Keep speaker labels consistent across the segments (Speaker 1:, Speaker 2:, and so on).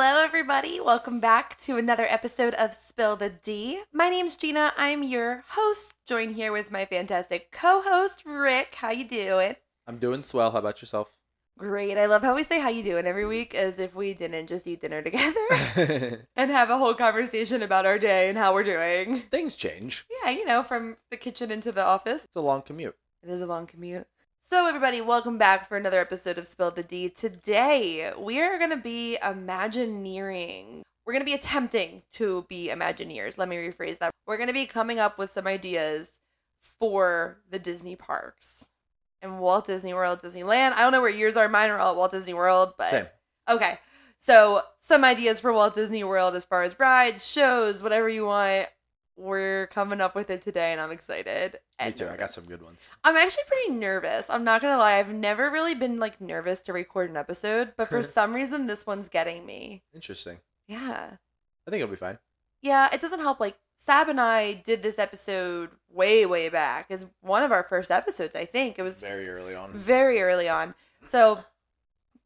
Speaker 1: everybody. Welcome back to another episode of Spill the D. My name's Gina. I'm your host, joined here with my fantastic co-host Rick. How you doing?
Speaker 2: I'm doing swell. How about yourself?
Speaker 1: Great. I love how we say how you doing every week as if we didn't just eat dinner together and have a whole conversation about our day and how we're doing.
Speaker 2: Things change.
Speaker 1: Yeah, you know, from the kitchen into the office.
Speaker 2: It's a long commute.
Speaker 1: It is a long commute. So, everybody, welcome back for another episode of Spill the D. Today, we are going to be Imagineering. We're going to be attempting to be Imagineers. Let me rephrase that. We're going to be coming up with some ideas for the Disney parks and Walt Disney World, Disneyland. I don't know where yours are. Mine are all at Walt Disney World, but.
Speaker 2: Same.
Speaker 1: Okay. So, some ideas for Walt Disney World as far as rides, shows, whatever you want. We're coming up with it today, and I'm excited.
Speaker 2: Me
Speaker 1: and
Speaker 2: too. I got
Speaker 1: nervous.
Speaker 2: some good ones.
Speaker 1: I'm actually pretty nervous. I'm not gonna lie. I've never really been like nervous to record an episode, but for some reason, this one's getting me.
Speaker 2: Interesting.
Speaker 1: Yeah,
Speaker 2: I think it'll be fine.
Speaker 1: yeah. It doesn't help. Like Sab and I did this episode way, way back. Is one of our first episodes, I think. It
Speaker 2: It's
Speaker 1: was
Speaker 2: very early on.
Speaker 1: very early on. So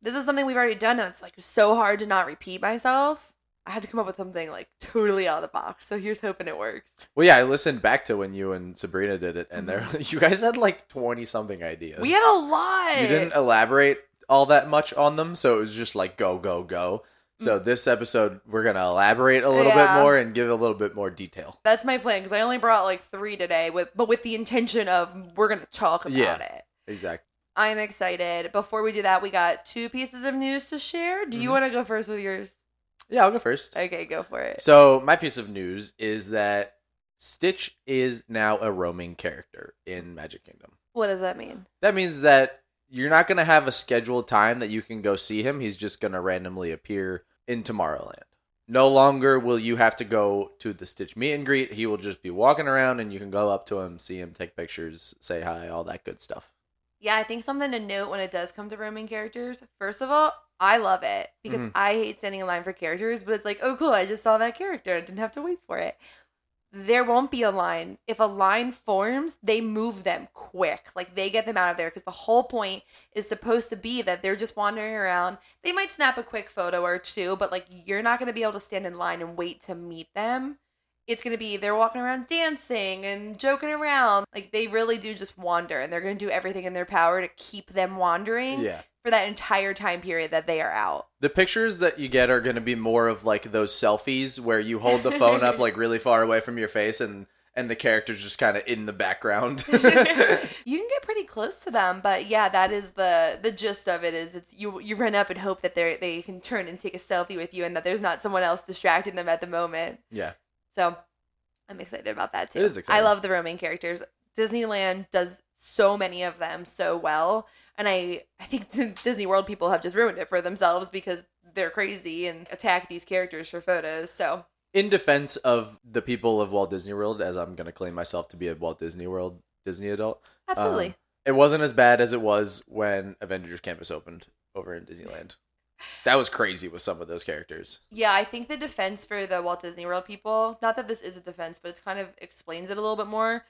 Speaker 1: this is something we've already done, and it's like so hard to not repeat myself. I had to come up with something like totally out of the box. So here's hoping it works.
Speaker 2: Well, yeah, I listened back to when you and Sabrina did it, and there you guys had like twenty something ideas.
Speaker 1: Mm-hmm. We had a lot.
Speaker 2: You didn't elaborate all that much on them, so it was just like go, go, go. So this episode, we're gonna elaborate a little
Speaker 1: Mm. Yeah.
Speaker 2: bit more and give a little bit more detail.
Speaker 1: That's my plan because I only brought like three today, with but with the intention of we're gonna talk about
Speaker 2: Yeah.
Speaker 1: it.
Speaker 2: Exactly.
Speaker 1: I'm excited. Before we do that, we got two pieces of news to share. Do you
Speaker 2: Mhm.
Speaker 1: want to go first with yours?
Speaker 2: Yeah, I'll go first.
Speaker 1: Okay, go for it.
Speaker 2: So my piece of news is that Stitch is now a roaming character in Magic Kingdom.
Speaker 1: What does that mean?
Speaker 2: That means that you're not going to have a scheduled time that you can go see him. He's just going to randomly appear in Tomorrowland. No longer will you have to go to the Stitch meet and greet. He will just be walking around and you can go up to him, see him, take pictures, say hi, all that good stuff.
Speaker 1: Yeah, I think something to note when it does come to roaming characters. First of all, I love it because
Speaker 2: Mhm.
Speaker 1: I hate standing in line for characters, but it's like, oh, cool, I just saw that character. I didn't have to wait for it. There won't be a line. If a line forms, they move them quick. Like they get them out of there because the whole point is supposed to be that they're just wandering around. They might snap a quick photo or two, but like you're not going to be able to stand in line and wait to meet them. It's going to be they're walking around dancing and joking around. Like they really do just wander and they're going to do everything in their power to keep them wandering
Speaker 2: Yeah.
Speaker 1: for that entire time period that they are out.
Speaker 2: The pictures that you get are going to be more of like those selfies where you hold the phone up like really far away from your face and and the character's just kind of in the background.
Speaker 1: you can get pretty close to them, but yeah, that is the the gist of it. Is it's you you run up and hope that they they can turn and take a selfie with you, and that there's not someone else distracting them at the moment.
Speaker 2: yeah.
Speaker 1: So I'm excited about that too.
Speaker 2: It is
Speaker 1: I
Speaker 2: exciting.
Speaker 1: love the roaming characters. Disneyland does so many of them so well, and I I think Dis- Disney World people have just ruined it for themselves because they're crazy and attack these characters for photos. So
Speaker 2: in defense of the people of Walt Disney World, as I'm going to claim myself to be a Walt Disney World Disney adult,
Speaker 1: absolutely.
Speaker 2: um, it wasn't as bad as it was when Avengers Campus opened over in Disneyland. that was crazy with some of those characters.
Speaker 1: Yeah, I think the defense for the Walt Disney World people, not that this is a defense, but it kind of explains it a little bit more.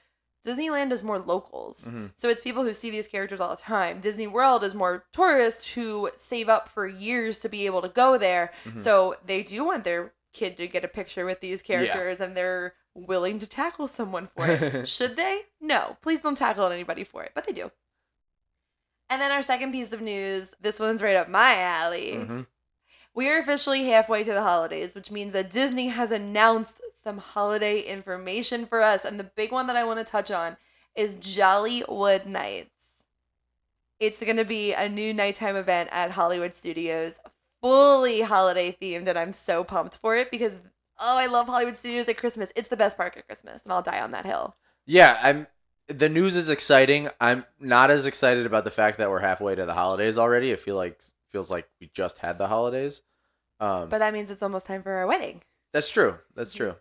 Speaker 1: Disneyland is more locals.
Speaker 2: Mhm.
Speaker 1: So it's people who see these characters all the time. Disney World is more tourists who save up for years to be able to go there.
Speaker 2: Mhm.
Speaker 1: So they do want their kid to get a picture with these characters and they're willing to tackle someone for it. Should they? No. Please don't tackle anybody for it, but they do. And then our second piece of news, this one's right up my alley.
Speaker 2: Mhm.
Speaker 1: We are officially halfway to the holidays, which means that Disney has announced some holiday information for us. And the big one that I want to touch on is Jollywood Nights. It's going to be a new nighttime event at Hollywood Studios, fully holiday themed. And I'm so pumped for it because, oh, I love Hollywood Studios at Christmas. It's the best park at Christmas, and I'll die on that hill.
Speaker 2: Yeah, I'm. The news is exciting. I'm not as excited about the fact that we're halfway to the holidays already. It feel like feels like we just had the holidays. Um,
Speaker 1: But that means it's almost time for our wedding.
Speaker 2: That's true. That's true.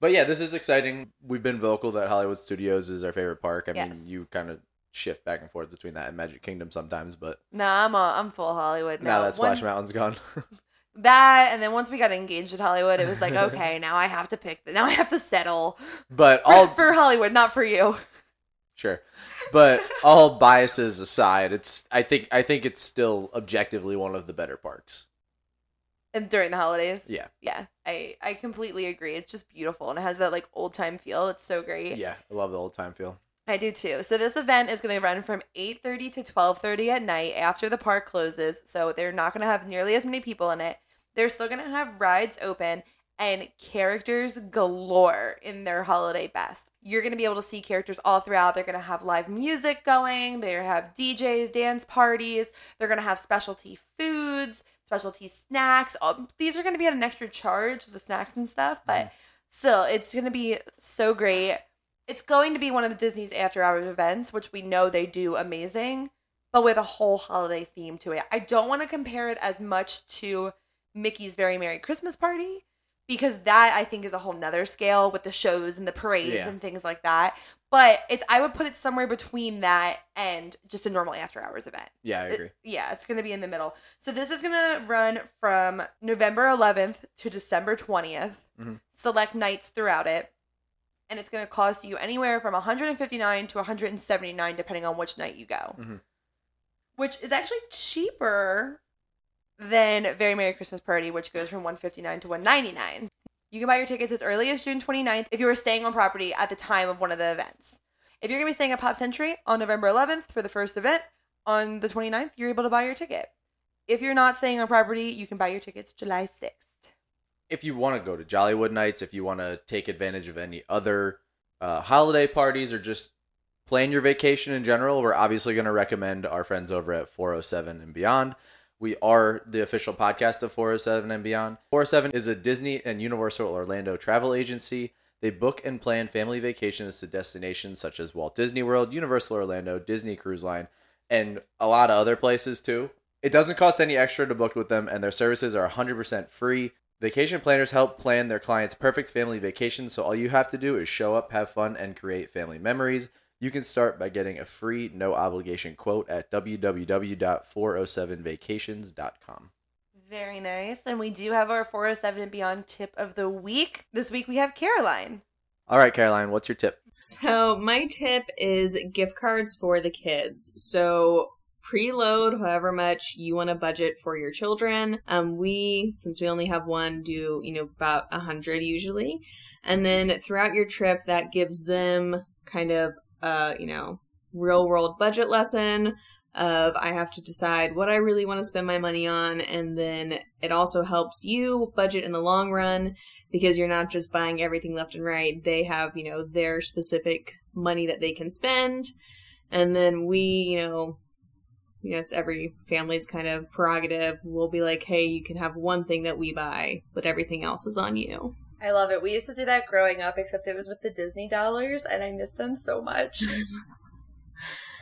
Speaker 2: But yeah, this is exciting. We've been vocal that Hollywood Studios is our favorite park. I
Speaker 1: Yes.
Speaker 2: mean, you kind of shift back and forth between that and Magic Kingdom sometimes, but
Speaker 1: Nah, I'm, all, I'm full Hollywood now.
Speaker 2: now that Splash
Speaker 1: One-
Speaker 2: Mountain's gone.
Speaker 1: that and then once we got engaged at hollywood it was like okay now i have to pick now i have to settle
Speaker 2: but
Speaker 1: for,
Speaker 2: all
Speaker 1: for hollywood not for you
Speaker 2: sure. But all biases aside, it's I think I think it's still objectively one of the better parks.
Speaker 1: And during the holidays.
Speaker 2: Yeah.
Speaker 1: Yeah. I I completely agree. It's just beautiful and it has that like old time feel. It's so great.
Speaker 2: Yeah, I love the old time feel.
Speaker 1: I do too. So this event is going to run from 8:30 to 12:30 at night after the park closes. So they're not going to have nearly as many people in it. They're still going to have rides open and characters galore in their holiday best. You're going to be able to see characters all throughout. They're going to have live music going, they have DJs, dance parties, they're going to have specialty foods, specialty snacks. All, these are going to be at an extra charge, the snacks and stuff, but still it's going to be so great it's going to be one of the Disney's after hours events, which we know they do amazing, but with a whole holiday theme to it. I don't want to compare it as much to Mickey's Very Merry Christmas Party because that I think is a whole nother scale with the shows and the parades
Speaker 2: Yeah.
Speaker 1: and things like that. But it's I would put it somewhere between that and just a normal after hours event.
Speaker 2: Yeah, I
Speaker 1: It-
Speaker 2: agree.
Speaker 1: yeah, it's going to be in the middle. So this is going to run from November 11th to December 20th.
Speaker 2: Mhm.
Speaker 1: Select nights throughout it. And it's going to cost you anywhere from 159 to 179 depending on which night you go.
Speaker 2: Mhm.
Speaker 1: Which is actually cheaper than Very Merry Christmas Party, which goes from 159 to 199. You can buy your tickets as early as June 29th if you are staying on property at the time of one of the events. If you're going to be staying at Pop Century on November 11th for the first event, on the 29th, you're able to buy your ticket. If you're not staying on property, you can buy your tickets July 6th.
Speaker 2: if you want to go to Jollywood nights, if you want to take advantage of any other uh, holiday parties or just plan your vacation in general, we're obviously going to recommend our friends over at 407 and Beyond. We are the official podcast of 407 and Beyond. 407 is a Disney and Universal Orlando travel agency. They book and plan family vacations to destinations such as Walt Disney World, Universal Orlando, Disney Cruise Line, and a lot of other places too. It doesn't cost any extra to book with them, and their services are 100% free. Vacation planners help plan their clients' perfect family vacation, so all you have to do is show up, have fun, and create family memories. You can start by getting a free, no obligation quote at www.407vacations.com.
Speaker 1: Very nice. And we do have our 407 and Beyond tip of the week. This week we have Caroline.
Speaker 2: All right, Caroline, what's your tip?
Speaker 3: So my tip is gift cards for the kids. So preload however much you want to budget for your children. Um, we since we only have one, do you know about a hundred usually, and then throughout your trip, that gives them kind of uh you know real world budget lesson of I have to decide what I really want to spend my money on and then it also helps you budget in the long run because you're not just buying everything left and right. They have, you know, their specific money that they can spend. And then we, you know, you know, it's every family's kind of prerogative. We'll be like, hey, you can have one thing that we buy, but everything else is on you.
Speaker 1: I love it. We used to do that growing up, except it was with the Disney dollars, and I miss them so much.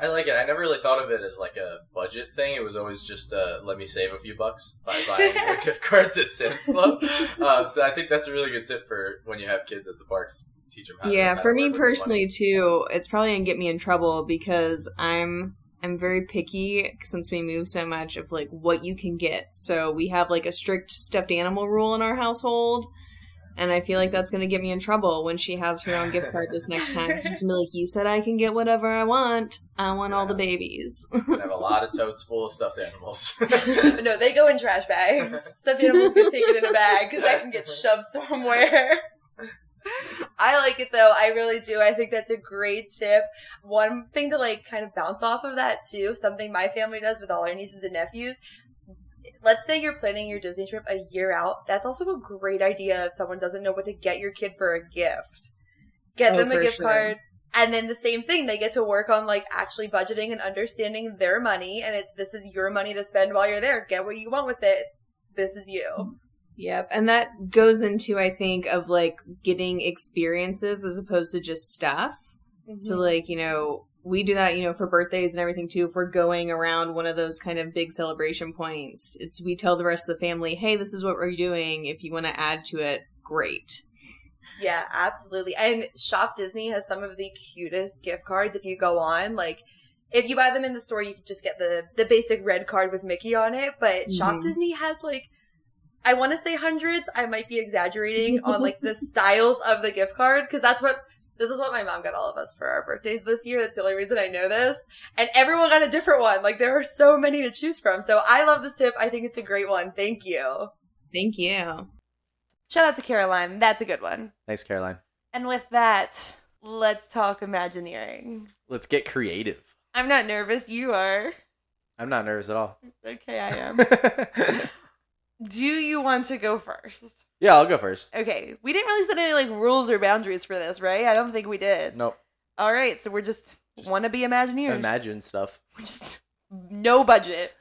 Speaker 2: I like it. I never really thought of it as like a budget thing. It was always just uh, let me save a few bucks by buying your gift cards at Sam's Club. Um, so I think that's a really good tip for when you have kids at the parks. Teach them how.
Speaker 3: yeah
Speaker 2: how
Speaker 3: for
Speaker 2: work
Speaker 3: me
Speaker 2: with their money.
Speaker 3: personally too it's probably gonna get me in trouble because i'm i'm very picky since we move so much of like what you can get so we have like a strict stuffed animal rule in our household and i feel like that's gonna get me in trouble when she has her own gift card this next time it's gonna be like you said i can get whatever i want i want all the
Speaker 2: Yeah.
Speaker 3: babies
Speaker 2: I have a lot of totes full of stuffed animals.
Speaker 1: no, they go in trash bags. Stuffed animals get taken in a bag because I can get shoved somewhere. I like it though. I really do. I think that's a great tip. One thing to like kind of bounce off of that too, something my family does with all our nieces and nephews. Let's say you're planning your Disney trip a year out. That's also a great idea if someone doesn't know what to get your kid for a gift. Get
Speaker 3: Oh,
Speaker 1: them a
Speaker 3: for
Speaker 1: gift
Speaker 3: sure.
Speaker 1: card and then the same thing, they get to work on like actually budgeting and understanding their money. And it's this is your money to spend while you're there. Get what you want with it. This is you.
Speaker 3: Yep. And that goes into, I think, of like getting experiences as opposed to just stuff. So, like, you know, we do that, you know, for birthdays and everything too. If we're going around one of those kind of big celebration points, it's we tell the rest of the family, hey, this is what we're doing. If you want to add to it, great.
Speaker 1: Yeah, absolutely. And Shop Disney has some of the cutest gift cards if you go on. Like if you buy them in the store, you can just get the the basic red card with Mickey on it, but Shop
Speaker 3: Mhm.
Speaker 1: Disney has like I want to say hundreds, I might be exaggerating on like the styles of the gift card cuz that's what this is what my mom got all of us for our birthdays this year. That's the only reason I know this. And everyone got a different one. Like there are so many to choose from. So I love this tip. I think it's a great one. Thank you.
Speaker 3: Thank you.
Speaker 1: Shout out to Caroline. That's a good one.
Speaker 2: Thanks, Caroline.
Speaker 1: And with that, let's talk Imagineering.
Speaker 2: Let's get creative.
Speaker 1: I'm not nervous. You are.
Speaker 2: I'm not nervous at all.
Speaker 1: Okay, I am. Do you want to go first?
Speaker 2: yeah, I'll go first.
Speaker 1: Okay, we didn't really set any like rules or boundaries for this, right? I don't think we did.
Speaker 2: Nope.
Speaker 1: All right, so we're just,
Speaker 2: Just
Speaker 1: wanna be Imagineers.
Speaker 2: Imagine stuff.
Speaker 1: We're just no budget.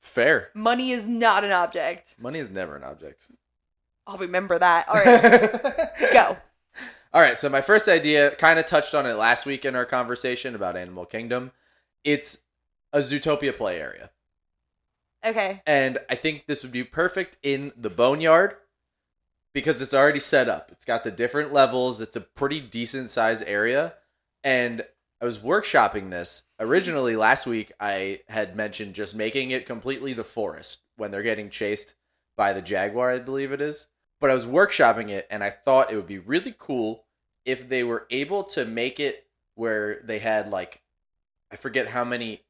Speaker 2: Fair.
Speaker 1: Money is not an object.
Speaker 2: Money is never an object.
Speaker 1: I'll remember that. All right, go.
Speaker 2: All right, so my first idea kind of touched on it last week in our conversation about Animal Kingdom. It's a Zootopia play area.
Speaker 1: Okay.
Speaker 2: And I think this would be perfect in the Boneyard because it's already set up. It's got the different levels, it's a pretty decent sized area. And I was workshopping this. Originally, last week, I had mentioned just making it completely the forest when they're getting chased by the jaguar, I believe it is. But I was workshopping it, and I thought it would be really cool if they were able to make it where they had, like, I forget how many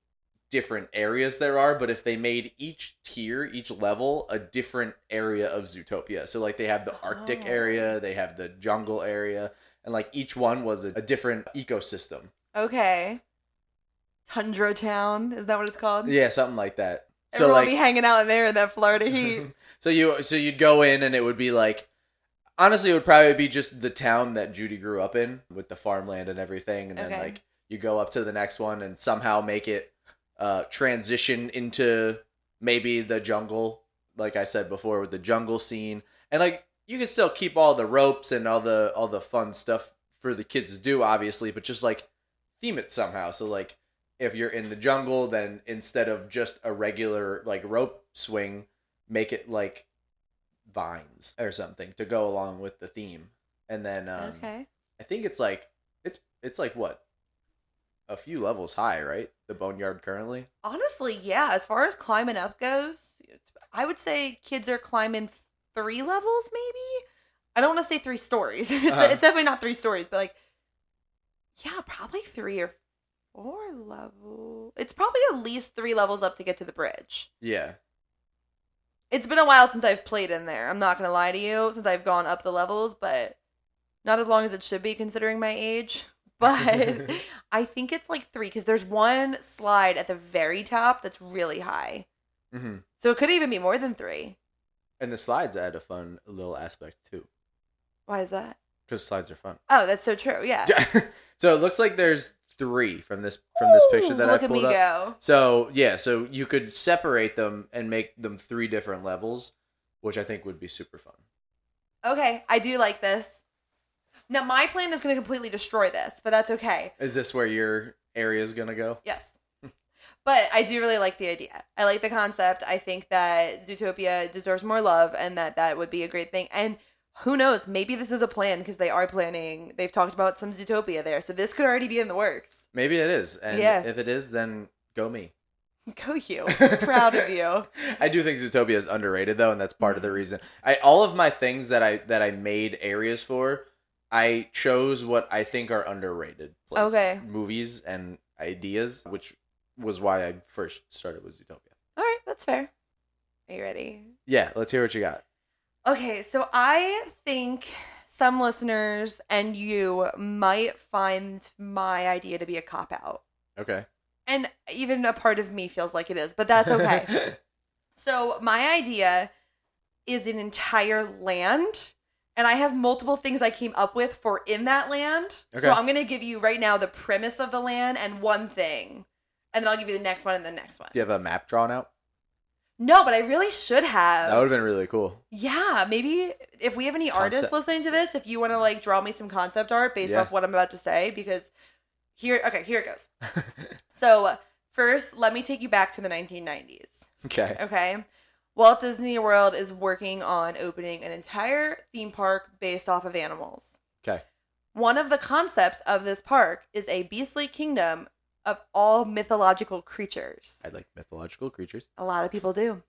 Speaker 2: different areas there are, but if they made each tier, each level, a different area of Zootopia. So like they have the Arctic
Speaker 1: Oh.
Speaker 2: area, they have the jungle area, and like each one was a, a different ecosystem.
Speaker 1: Okay. Tundra Town, is that what it's called?
Speaker 2: Yeah, something like that. So
Speaker 1: Everyone will be
Speaker 2: like
Speaker 1: hanging out in there in that Florida heat.
Speaker 2: so you so you'd go in and it would be like honestly it would probably be just the town that Judy grew up in with the farmland and everything and then
Speaker 1: Okay.
Speaker 2: like you go up to the next one and somehow make it uh transition into maybe the jungle like I said before with the jungle scene and like you can still keep all the ropes and all the all the fun stuff for the kids to do obviously but just like theme it somehow so like if you're in the jungle then instead of just a regular like rope swing make it like vines or something to go along with the theme and then um
Speaker 1: okay.
Speaker 2: i think it's like it's it's like what a few levels high right the boneyard currently
Speaker 1: Honestly, yeah, as far as climbing up goes, I would say kids are climbing three levels, maybe? I don't want to say three stories. it's,
Speaker 2: Uh-huh.
Speaker 1: it's definitely not three stories, but like, yeah, probably three or four level. It's probably at least three levels up to get to the bridge.
Speaker 2: yeah
Speaker 1: It's been a while since I've played in there. I'm not going to lie to you, since I've gone up the levels, but not as long as it should be considering my age. But I think it's like three because there's one slide at the very top that's really high.
Speaker 2: hmm
Speaker 1: So it could even be more than three.
Speaker 2: and the slides add a fun little aspect too
Speaker 1: Why is that?
Speaker 2: because slides are fun
Speaker 1: Oh, that's so true. Yeah.
Speaker 2: so it looks like there's three from this from this picture
Speaker 1: Ooh,
Speaker 2: that
Speaker 1: look
Speaker 2: i
Speaker 1: at me
Speaker 2: pulled up
Speaker 1: go.
Speaker 2: So yeah, so you could separate them and make them three different levels, which I think would be super fun.
Speaker 1: Okay, I do like this. Now my plan is going to completely destroy this, but that's okay.
Speaker 2: Is this where your area is gonna go?
Speaker 1: Yes. But I do really like the idea. I like the concept. I think that Zootopia deserves more love and that that would be a great thing. And who knows? Maybe this is a plan because they are planning. They've talked about some Zootopia there. So this could already be in the works.
Speaker 2: Maybe it is, and
Speaker 1: Yeah.
Speaker 2: if it is, then go me.
Speaker 1: Go you. Proud of you.
Speaker 2: I do think Zootopia is underrated though, and that's part
Speaker 1: Mm.
Speaker 2: of the reason. I all of my things that I that I made areas for, I chose what I think are underrated. pla-
Speaker 1: Okay.
Speaker 2: Movies and ideas, which was why I first started with Zootopia.
Speaker 1: All right, that's fair. Are you ready?
Speaker 2: Yeah, let's hear what you got.
Speaker 1: Okay, so I think some listeners and you might find my idea to be a cop out.
Speaker 2: Okay.
Speaker 1: And even a part of me feels like it is, but that's okay. So my idea is an entire land, and I have multiple things I came up with for in that land.
Speaker 2: Okay.
Speaker 1: So I'm gonna give you right now the premise of the land and one thing, and then I'll give you the next one and the next one.
Speaker 2: Do you have a map drawn out?
Speaker 1: No, but I really should have.
Speaker 2: That would have been really cool.
Speaker 1: yeah, maybe if we have any artists
Speaker 2: Concept.
Speaker 1: listening to this, if you want to like draw me some concept art based
Speaker 2: Yeah.
Speaker 1: off what I'm about to say, because here, okay, here it goes. So first, let me take you back to the 1990s.
Speaker 2: okay.
Speaker 1: Okay. Walt Disney World is working on opening an entire theme park based off of animals.
Speaker 2: Okay.
Speaker 1: One of the concepts of this park is a beastly kingdom of all mythological creatures.
Speaker 2: I like mythological creatures.
Speaker 1: A lot of people do.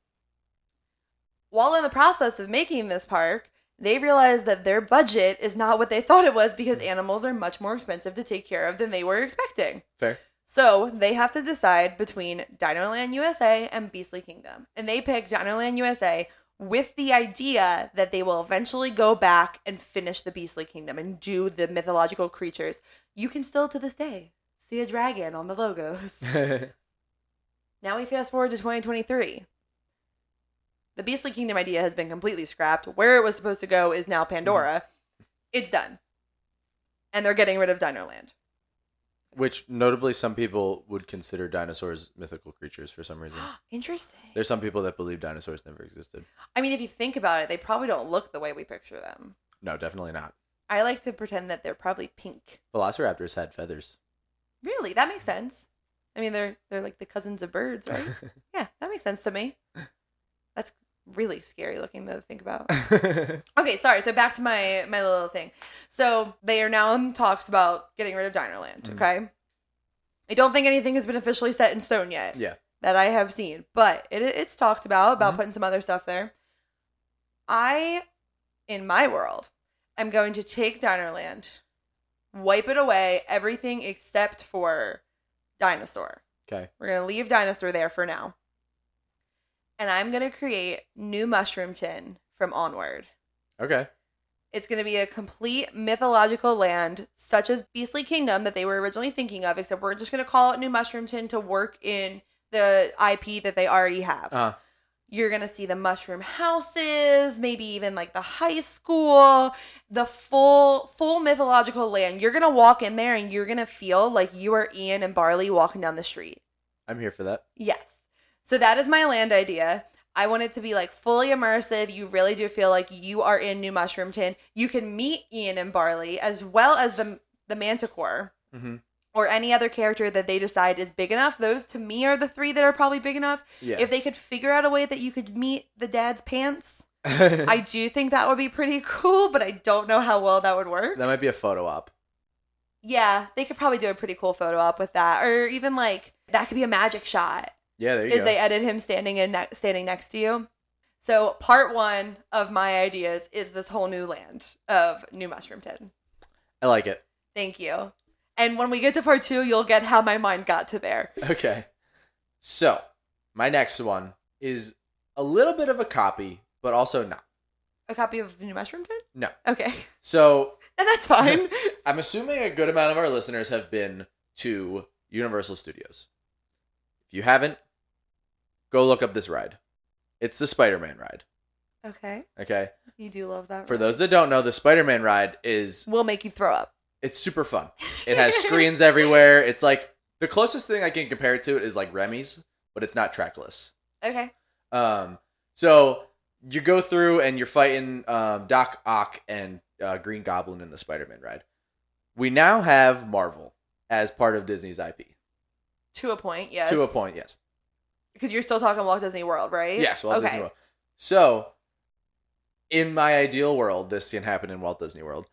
Speaker 1: While in the process of making this park, they realized that their budget is not what they thought it was because animals are much more expensive to take care of than they were expecting.
Speaker 2: Fair.
Speaker 1: So they have to decide between Dinoland USA and Beastly Kingdom. And they pick Dinoland USA with the idea that they will eventually go back and finish the Beastly Kingdom and do the mythological creatures. You can still to this day see a dragon on the logos. now we fast forward to 2023. The Beastly Kingdom idea has been completely scrapped. Where it was supposed to go is now Pandora. It's done. And they're getting rid of Dinerland.
Speaker 2: Which notably, some people would consider dinosaurs mythical creatures for some reason.
Speaker 1: Interesting.
Speaker 2: Mm-hmm. There's some people that believe dinosaurs never existed.
Speaker 1: I mean, if you think about it, they probably don't look the way we picture them.
Speaker 2: No, definitely not.
Speaker 1: I like to pretend that they're probably pink.
Speaker 2: Velociraptors had feathers.
Speaker 1: Really, that makes sense. I mean, they're they're like the cousins of birds, right? yeah, that makes sense to me. That's really scary looking though to think about. Okay, sorry. So back to my my little thing. So they are now in talks about getting rid of Dinerland.
Speaker 2: Mhm.
Speaker 1: Okay. I don't think anything has been officially set in stone yet.
Speaker 2: Yeah.
Speaker 1: That I have seen, but it, it's talked about about
Speaker 2: Mhm.
Speaker 1: putting some other stuff there. I, in my world, am going to take Dinerland, wipe it away, everything except for dinosaur.
Speaker 2: okay.
Speaker 1: We're gonna leave dinosaur there for now. And I'm gonna create new mushroom tin from onward.
Speaker 2: Okay.
Speaker 1: It's gonna be a complete mythological land, such as Beastly Kingdom that they were originally thinking of, except we're just gonna call it New Mushroom Tin to work in the IP that they already have.
Speaker 2: Uh,
Speaker 1: You're gonna see the mushroom houses, maybe even like the high school, the full full mythological land. You're gonna walk in there and you're gonna feel like you are Ian and Barley walking down the street.
Speaker 2: I'm here for that.
Speaker 1: Yes. So that is my land idea. I want it to be like fully immersive. You really do feel like you are in New Mushroom Tin. You can meet Ian and Barley as well as the the Manticore
Speaker 2: Mm-hmm.
Speaker 1: or any other character that they decide is big enough. Those to me are the three that are probably big enough.
Speaker 2: Yeah.
Speaker 1: If they could figure out a way that you could meet the dad's pants, I do think that would be pretty cool, but I don't know how well that would work.
Speaker 2: that might be a photo op.
Speaker 1: Yeah, they could probably do a pretty cool photo op with that or even like that could be a magic shot
Speaker 2: Yeah, there you
Speaker 1: is
Speaker 2: go.
Speaker 1: they edit him standing in ne- standing next to you. So part one of my ideas is this whole new land of New Mushroom Tin.
Speaker 2: I like it.
Speaker 1: Thank you. And when we get to part two, you'll get how my mind got to there.
Speaker 2: Okay. So, my next one is a little bit of a copy, but also not.
Speaker 1: A copy of New Mushroom Tin?
Speaker 2: No.
Speaker 1: Okay,
Speaker 2: So,
Speaker 1: and that's fine.
Speaker 2: I'm assuming a good amount of our listeners have been to Universal Studios. If you haven't, go look up this ride. It's the Spider Man ride.
Speaker 1: okay,
Speaker 2: Okay.
Speaker 1: you do love that.
Speaker 2: For
Speaker 1: right?
Speaker 2: those that don't know, the Spider Man ride is
Speaker 1: will make you throw up.
Speaker 2: it's super fun. It has screens everywhere. It's like the closest thing I can compare it to is like Remy's, but it's not trackless.
Speaker 1: Okay,
Speaker 2: Um, so you go through and you're fighting um, Doc Ock and uh, Green Goblin in the Spider-Man ride. We now have Marvel as part of Disney's IP.
Speaker 1: to a point, yes.
Speaker 2: To a point, yes,
Speaker 1: because you're still talking Walt Disney World, right?
Speaker 2: yes. Walt
Speaker 1: okay.
Speaker 2: Disney World. So, in my ideal world, this can happen in Walt Disney World.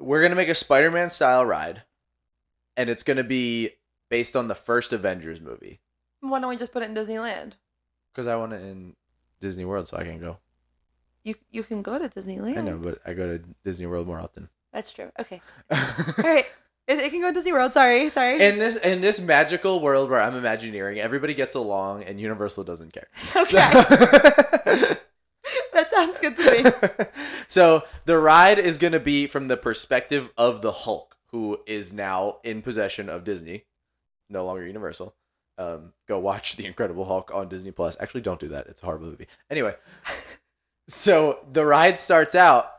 Speaker 2: We're gonna make a Spider-Man style ride, and it's gonna be based on the first Avengers movie.
Speaker 1: Why don't we just put it in Disneyland?
Speaker 2: Because I want it in Disney World, so I can go.
Speaker 1: You you can go to Disneyland.
Speaker 2: I know, but I go to Disney World more often.
Speaker 1: That's true. Okay. All right. It, it can go to Disney World. Sorry. Sorry.
Speaker 2: in this in this magical world where I'm imagineering, everybody gets along and Universal doesn't care.
Speaker 1: okay.
Speaker 2: So,
Speaker 1: that sounds good to me.
Speaker 2: So the ride is going to be from the perspective of the Hulk, who is now in possession of Disney, no longer Universal. Um, go watch The Incredible Hulk on Disney Plus. Actually, don't do that; it's a horrible movie. Anyway, so the ride starts out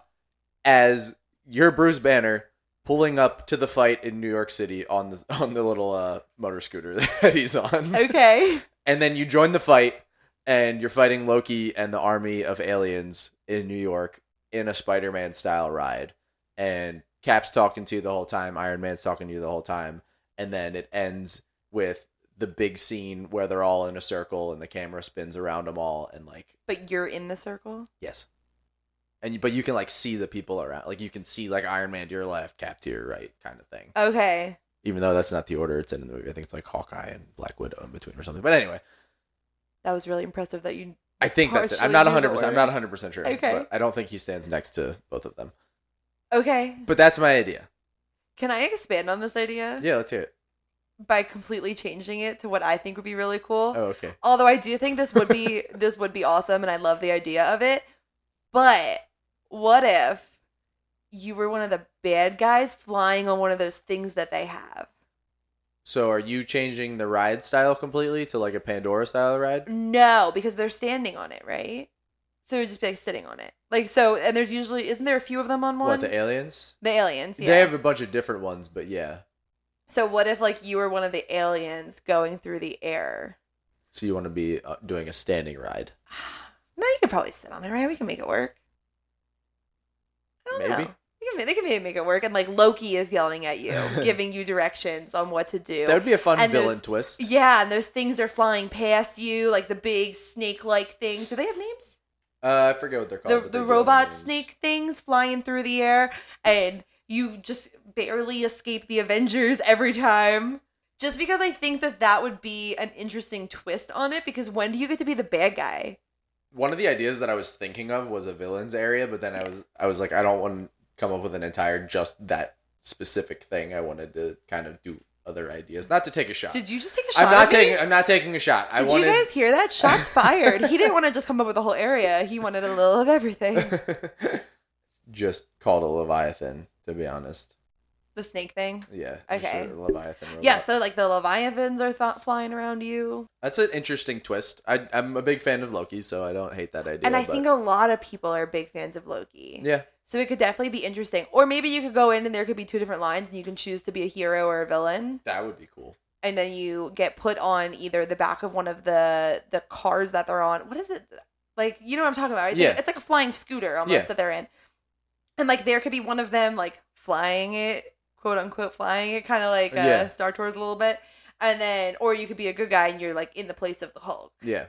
Speaker 2: as your Bruce Banner pulling up to the fight in New York City on the on the little uh, motor scooter that he's on
Speaker 1: Okay.
Speaker 2: and then you join the fight and you're fighting Loki and the army of aliens in New York in a Spider-Man style ride and Cap's talking to you the whole time, Iron Man's talking to you the whole time, and then it ends with the big scene where they're all in a circle and the camera spins around them all and like
Speaker 1: But you're in the circle.
Speaker 2: yes. And you- but you can like see the people around. Like you can see like Iron Man to your left, Cap to your right kind of thing
Speaker 1: Okay.
Speaker 2: even though that's not the order it's in in the movie. I think it's like Hawkeye and Black Widow in between or something. But anyway,
Speaker 1: That was really impressive that you.
Speaker 2: I think that's it. I'm
Speaker 1: Partially knew
Speaker 2: not
Speaker 1: the
Speaker 2: 100. percent I'm
Speaker 1: order.
Speaker 2: not 100 percent sure.
Speaker 1: Okay.
Speaker 2: But I don't think he stands next to both of them.
Speaker 1: Okay.
Speaker 2: But that's my idea.
Speaker 1: Can I expand on this idea?
Speaker 2: Yeah, let's hear it.
Speaker 1: by completely changing it to what I think would be really cool.
Speaker 2: Oh, okay.
Speaker 1: Although I do think this would be this would be awesome and I love the idea of it. But what if you were one of the bad guys flying on one of those things that they have?
Speaker 2: So are you changing the ride style completely to like a Pandora style ride?
Speaker 1: No, because they're standing on it, right? So it would just be like sitting on it. Like so and there's usually isn't there a few of them on one?
Speaker 2: What the aliens?
Speaker 1: The aliens, yeah.
Speaker 2: They have a bunch of different ones, but yeah.
Speaker 1: so what if like you were one of the aliens going through the air?
Speaker 2: So you want to be uh, doing a standing ride?
Speaker 1: No, you could probably sit on it, right? We can make it work. I don't
Speaker 2: Maybe.
Speaker 1: know. They can, ma- they can maybe make it work, and like Loki is yelling at you, giving you directions on what to do.
Speaker 2: That would be a fun
Speaker 1: And there's-
Speaker 2: villain twist.
Speaker 1: yeah, and those things are flying past you, like the big snake-like things. Do they have names?
Speaker 2: Uh, I forget what they're called.
Speaker 1: the
Speaker 2: but
Speaker 1: the
Speaker 2: they're
Speaker 1: robot
Speaker 2: villain
Speaker 1: snake things flying through the air, and you just barely escape the Avengers every time. Just because I think that that would be an interesting twist on it, because when do you get to be the bad guy?
Speaker 2: One of the ideas that I was thinking of was a villains area, but then I was I was like, I don't want to come up with an entire just that specific thing. I wanted to kind of do other ideas, not to take a shot.
Speaker 1: Did you just take a shot?
Speaker 2: I'm not
Speaker 1: at me?
Speaker 2: taking. I'm not taking a shot. I
Speaker 1: Did
Speaker 2: wanted.
Speaker 1: you guys hear that? Shots fired. he didn't want to just come up with the whole area. He wanted a little of everything.
Speaker 2: just called a leviathan. To be honest,
Speaker 1: The snake thing.
Speaker 2: yeah. just
Speaker 1: Okay.
Speaker 2: a leviathan. Robot.
Speaker 1: Yeah, so like the leviathans are th- flying around you,
Speaker 2: that's an interesting twist. I, I'm a big fan of Loki, so I don't hate that idea.
Speaker 1: and I
Speaker 2: but-
Speaker 1: think a lot of people are big fans of Loki.
Speaker 2: yeah,
Speaker 1: So it could definitely be interesting. Or maybe you could go in and there could be two different lines, and you can choose to be a hero or a villain,
Speaker 2: that would be cool.
Speaker 1: and then you get put on either the back of one of the the cars that they're on. What is it? Like you know what I'm talking about? It's
Speaker 2: Yeah.
Speaker 1: Like, it's like a flying scooter almost
Speaker 2: Yeah.
Speaker 1: that they're in, and like there could be one of them like flying it, quote unquote flying it, kind of like uh,
Speaker 2: Yeah.
Speaker 1: Star Tours a little bit. And then, or you could be a good guy and you're like in the place of the Hulk.
Speaker 2: Yeah,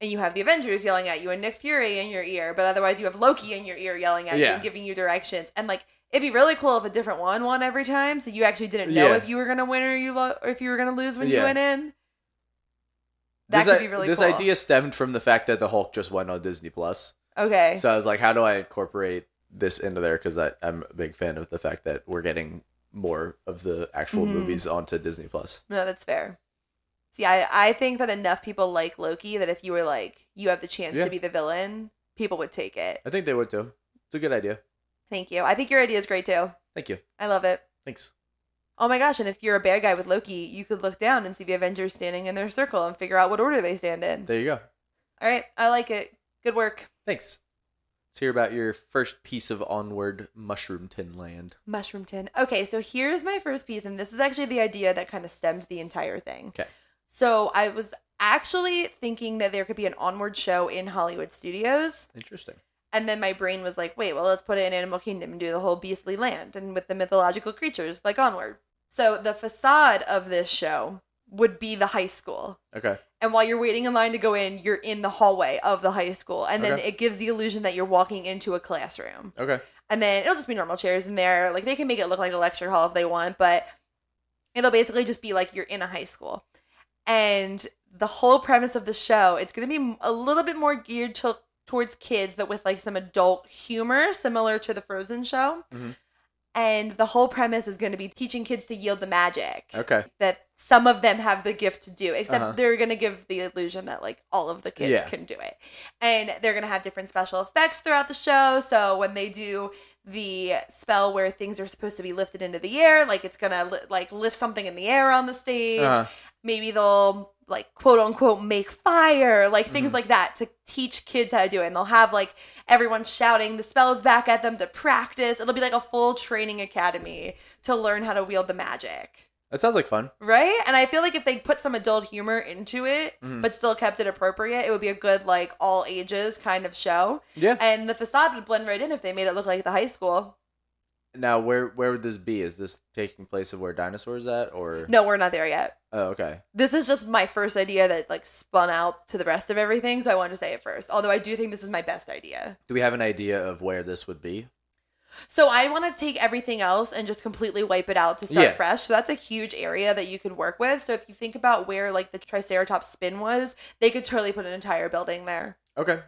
Speaker 1: and you have the Avengers yelling at you and Nick Fury in your ear, but otherwise you have Loki in your ear yelling at you
Speaker 2: Yeah.
Speaker 1: and giving you directions. And like, it'd be really cool if a different one won every time, so you actually didn't know
Speaker 2: Yeah.
Speaker 1: if you were gonna win or you lo- or if you were gonna lose when you
Speaker 2: Yeah.
Speaker 1: went in. That
Speaker 2: this,
Speaker 1: could be really
Speaker 2: This
Speaker 1: cool.
Speaker 2: idea stemmed from the fact that the Hulk just went on Disney Plus.
Speaker 1: Okay.
Speaker 2: So I was like, how do I incorporate this into there? Because I'm a big fan of the fact that we're getting more of the actual
Speaker 1: Mhm.
Speaker 2: movies onto Disney Plus.
Speaker 1: no, that's fair. See, I I think that enough people like Loki that if you were like you have the chance
Speaker 2: Yeah.
Speaker 1: to be the villain, people would take it.
Speaker 2: I think they would too. It's a good idea.
Speaker 1: Thank you. I think your idea is great too.
Speaker 2: Thank you.
Speaker 1: I love it.
Speaker 2: Thanks.
Speaker 1: Oh my gosh, and if you're a bad guy with Loki, you could look down and see the Avengers standing in their circle and figure out what order they stand in.
Speaker 2: There you go.
Speaker 1: All right, I like it. Good work.
Speaker 2: Thanks. Let's hear about your first piece of onward mushroom tin land.
Speaker 1: Mushroom tin. Okay, so here's my first piece, and this is actually the idea that kind of stemmed the entire thing.
Speaker 2: Okay.
Speaker 1: So I was actually thinking that there could be an onward show in Hollywood studios.
Speaker 2: Interesting.
Speaker 1: And then my brain was like, wait, well, let's put it in Animal Kingdom and do the whole beastly land and with the mythological creatures like Onward. So the facade of this show would be the high school.
Speaker 2: Okay.
Speaker 1: And while you're waiting in line to go in, you're in the hallway of the high school. And then
Speaker 2: Okay.
Speaker 1: it gives the illusion that you're walking into a classroom.
Speaker 2: Okay.
Speaker 1: and then it'll just be normal chairs in there. Like they can make it look like a lecture hall if they want, but it'll basically just be like you're in a high school. And the whole premise of the show, it's going to be a little bit more geared to, towards kids, but with like some adult humor, similar to the Frozen show.
Speaker 2: Mhm.
Speaker 1: And the whole premise is going to be teaching kids to yield the magic
Speaker 2: Okay.
Speaker 1: that some of them have the gift to do, except
Speaker 2: Uh-huh.
Speaker 1: they're going to give the illusion that like all of the kids
Speaker 2: Yeah.
Speaker 1: can do it. And they're going to have different special effects throughout the show. So when they do the spell where things are supposed to be lifted into the air, like it's going to li- like lift something in the air on the stage.
Speaker 2: Uh,
Speaker 1: Maybe they'll like quote unquote make fire, like things
Speaker 2: Mhm.
Speaker 1: like that to teach kids how to do it. And they'll have like everyone shouting the spells back at them to practice. It'll be like a full training academy to learn how to wield the magic.
Speaker 2: that sounds like fun.
Speaker 1: Right? And I feel like if they put some adult humor into it,
Speaker 2: Mhm.
Speaker 1: but still kept it appropriate, it would be a good, like, all ages kind of show.
Speaker 2: Yeah.
Speaker 1: And the facade would blend right in if they made it look like the high school.
Speaker 2: Now, where where would this be? Is this taking place of where dinosaurs at, or
Speaker 1: No, we're not there yet.
Speaker 2: Oh, okay.
Speaker 1: This is just my first idea that, like, spun out to the rest of everything. So I wanted to say it first. Although I do think this is my best idea.
Speaker 2: Do we have an idea of where this would be?
Speaker 1: So I want to take everything else and just completely wipe it out to start
Speaker 2: Yeah.
Speaker 1: fresh. So that's a huge area that you could work with. So if you think about where, like, the Triceratops spin was, they could totally put an entire building there.
Speaker 2: Okay.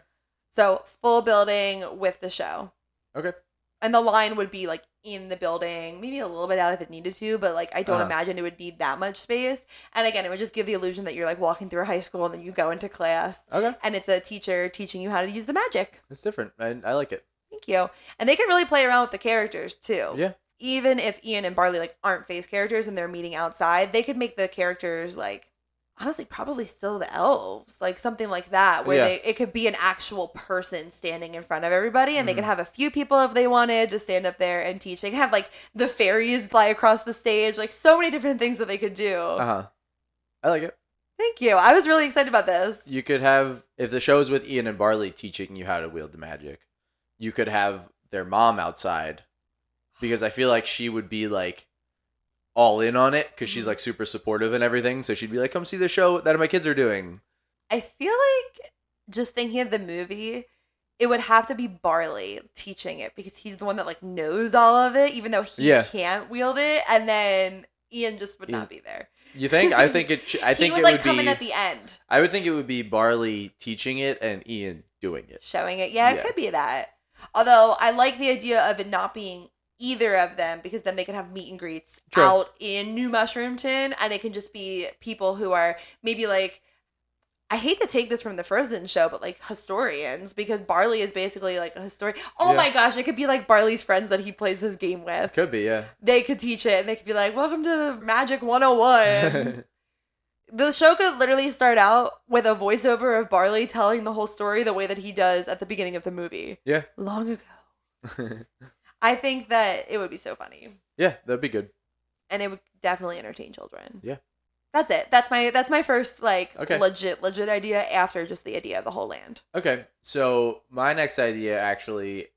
Speaker 1: So full building with the show.
Speaker 2: Okay.
Speaker 1: and the line would be like in the building, maybe a little bit out if it needed to, but like I don't
Speaker 2: Uh-huh.
Speaker 1: imagine it would need that much space. And again, it would just give the illusion that you're like walking through a high school and then you go into class
Speaker 2: Okay,
Speaker 1: and it's a teacher teaching you how to use the magic.
Speaker 2: it's different. I, I like it.
Speaker 1: Thank you. And they can really play around with the characters too.
Speaker 2: Yeah.
Speaker 1: Even if Ian and Barley like aren't face characters and they're meeting outside, they could make the characters like honestly probably still the elves, like something like that, where
Speaker 2: Yeah.
Speaker 1: they it could be an actual person standing in front of everybody, and they could
Speaker 2: Mhm.
Speaker 1: have a few people if they wanted to stand up there and teach. They could have like the fairies fly across the stage, like so many different things that they could do.
Speaker 2: Uh huh. I like it.
Speaker 1: Thank you. I was really excited about this.
Speaker 2: You could have if the show's with Ian and Barley teaching you how to wield the magic, you could have their mom outside because I feel like she would be like all in on it because she's
Speaker 1: Mm-hmm.
Speaker 2: like super supportive and everything. So she'd be like, "Come see the show that my kids are doing."
Speaker 1: I feel like just thinking of the movie, it would have to be Barley teaching it because he's the one that like knows all of it, even though he
Speaker 2: Yeah.
Speaker 1: can't wield it, and then Ian just would
Speaker 2: Ian-
Speaker 1: not be there.
Speaker 2: You think? I think it. sh- I think
Speaker 1: he would
Speaker 2: it
Speaker 1: like
Speaker 2: would
Speaker 1: come
Speaker 2: be.
Speaker 1: in at the end,
Speaker 2: I would think it would be Barley teaching it and Ian doing it.
Speaker 1: showing it. Yeah, it
Speaker 2: Yeah.
Speaker 1: could be that. Although I like the idea of it not being either of them because then they can have meet and greets
Speaker 2: True.
Speaker 1: out in New Mushroomton, and it can just be people who are maybe like. I hate to take this from the Frozen show, but like historians, because Barley is basically like a historian. Oh
Speaker 2: Yeah.
Speaker 1: my gosh, it could be like Barley's friends that he plays his game with.
Speaker 2: Could be, yeah.
Speaker 1: They could teach it and they could be like, Welcome to Magic 101. The show could literally start out with a voiceover of Barley telling the whole story the way that he does at the beginning of the movie.
Speaker 2: Yeah.
Speaker 1: Long ago.
Speaker 2: yeah,
Speaker 1: I think that it would be so funny.
Speaker 2: that'd be good.
Speaker 1: And it would definitely entertain children.
Speaker 2: Yeah.
Speaker 1: That's it. That's my that's my first like
Speaker 2: Okay.
Speaker 1: legit legit idea after just the idea of the whole land.
Speaker 2: Okay, so my next idea actually,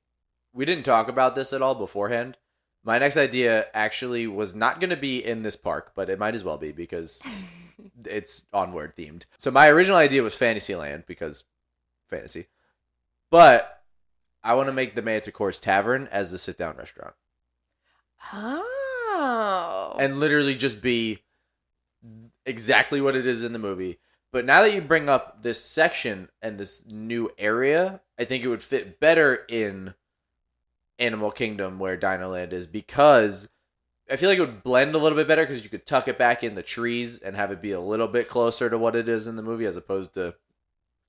Speaker 2: we didn't talk about this at all beforehand. My next idea actually was not going to be in this park, but it might as well be because it's onward themed. So my original idea was Fantasyland because fantasy, but I want to make the Manticore's Tavern as a sit-down restaurant.
Speaker 1: Oh.
Speaker 2: and literally just be exactly what it is in the movie. But now that you bring up this section and this new area, I think it would fit better in Animal Kingdom where Dino Land is because I feel like it would blend a little bit better because you could tuck it back in the trees and have it be a little bit closer to what it is in the movie as opposed to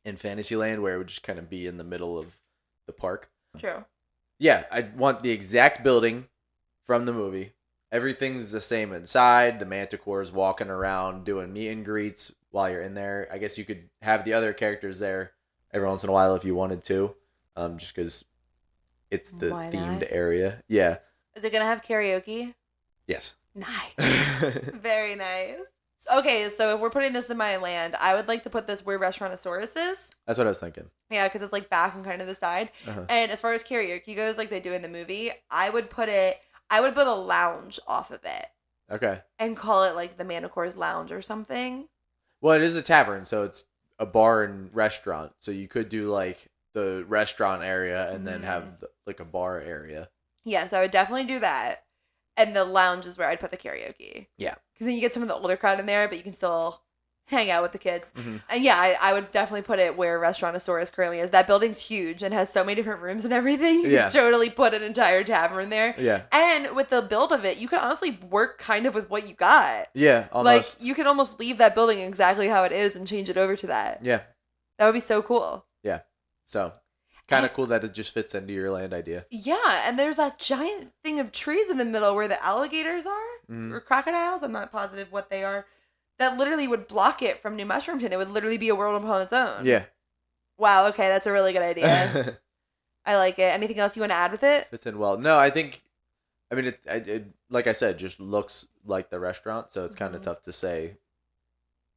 Speaker 2: in Fantasyland where it would just kind of be in the middle of the park.
Speaker 1: True.
Speaker 2: Yeah, I want the exact building from the movie. Everything's the same inside. The Manticore's walking around doing meet and greets while you're in there. I guess you could have the other characters there every once in a while if you wanted to, um, just because it's the
Speaker 1: Why
Speaker 2: themed
Speaker 1: not?
Speaker 2: area. Yeah.
Speaker 1: Is it gonna have karaoke?
Speaker 2: Yes.
Speaker 1: Nice.
Speaker 2: okay.
Speaker 1: Very nice. Okay, so if we're putting this in my land, I would like to put this where Restaurantosaurus is.
Speaker 2: That's what I was thinking.
Speaker 1: Yeah, because it's like back and kind of the side.
Speaker 2: Uh-huh.
Speaker 1: And as far as karaoke goes, like they do in the movie, I would put it, I would put a lounge off of it
Speaker 2: Okay.
Speaker 1: and call it like the Manticore's Lounge or something.
Speaker 2: Well, it is a tavern, so it's a bar and restaurant. So you could do like the restaurant area and then
Speaker 1: Mhm.
Speaker 2: have the, like a bar area.
Speaker 1: Yeah, so I would definitely do that. And the lounge is where I'd put the karaoke.
Speaker 2: Yeah.
Speaker 1: Because then you get some of the older crowd in there, but you can still hang out with the kids.
Speaker 2: Mhm.
Speaker 1: And yeah, I, I would definitely put it where Restaurantosaurus currently is. That building's huge and has so many different rooms and everything. You
Speaker 2: Yeah.
Speaker 1: could totally put an entire tavern there.
Speaker 2: Yeah.
Speaker 1: And with the build of it, you could honestly work kind of with what you got.
Speaker 2: Yeah. Almost.
Speaker 1: Like you could almost leave that building exactly how it is and change it over to that.
Speaker 2: Yeah.
Speaker 1: That would be so cool.
Speaker 2: So kind of
Speaker 1: And-
Speaker 2: cool that it just fits into your land idea.
Speaker 1: Yeah, and there's that giant thing of trees in the middle where the alligators are
Speaker 2: Mhm.
Speaker 1: or crocodiles. I'm not positive what they are. That literally would block it from New Mushroomton. It would literally be a world upon its own.
Speaker 2: Yeah.
Speaker 1: Wow. Okay, that's a really good idea. I like it. Anything else you want to add with it?
Speaker 2: fits in well. No, I think I mean it, I- it like I said just looks like the restaurant, so it's kind of
Speaker 1: Mhm.
Speaker 2: tough to say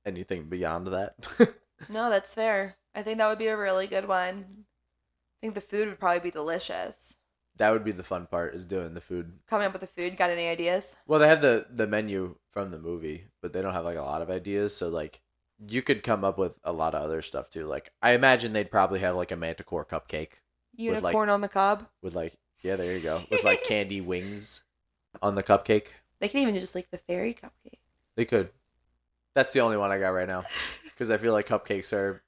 Speaker 2: anything beyond that.
Speaker 1: No, that's fair. I think that would be a really good one. I think the food would probably be delicious.
Speaker 2: that would be the fun part is doing the food.
Speaker 1: Coming up with the food. Got any ideas?
Speaker 2: Well, they have the the menu from the movie, but they don't have like a lot of ideas, so like you could come up with a lot of other stuff too. Like I imagine they'd probably have like a manticore cupcake With, like-
Speaker 1: Unicorn on the cob.
Speaker 2: with like yeah, there you go. With like candy wings on the cupcake.
Speaker 1: They can even do just like the fairy cupcake.
Speaker 2: They could. That's the only one I got right now because I feel like cupcakes are.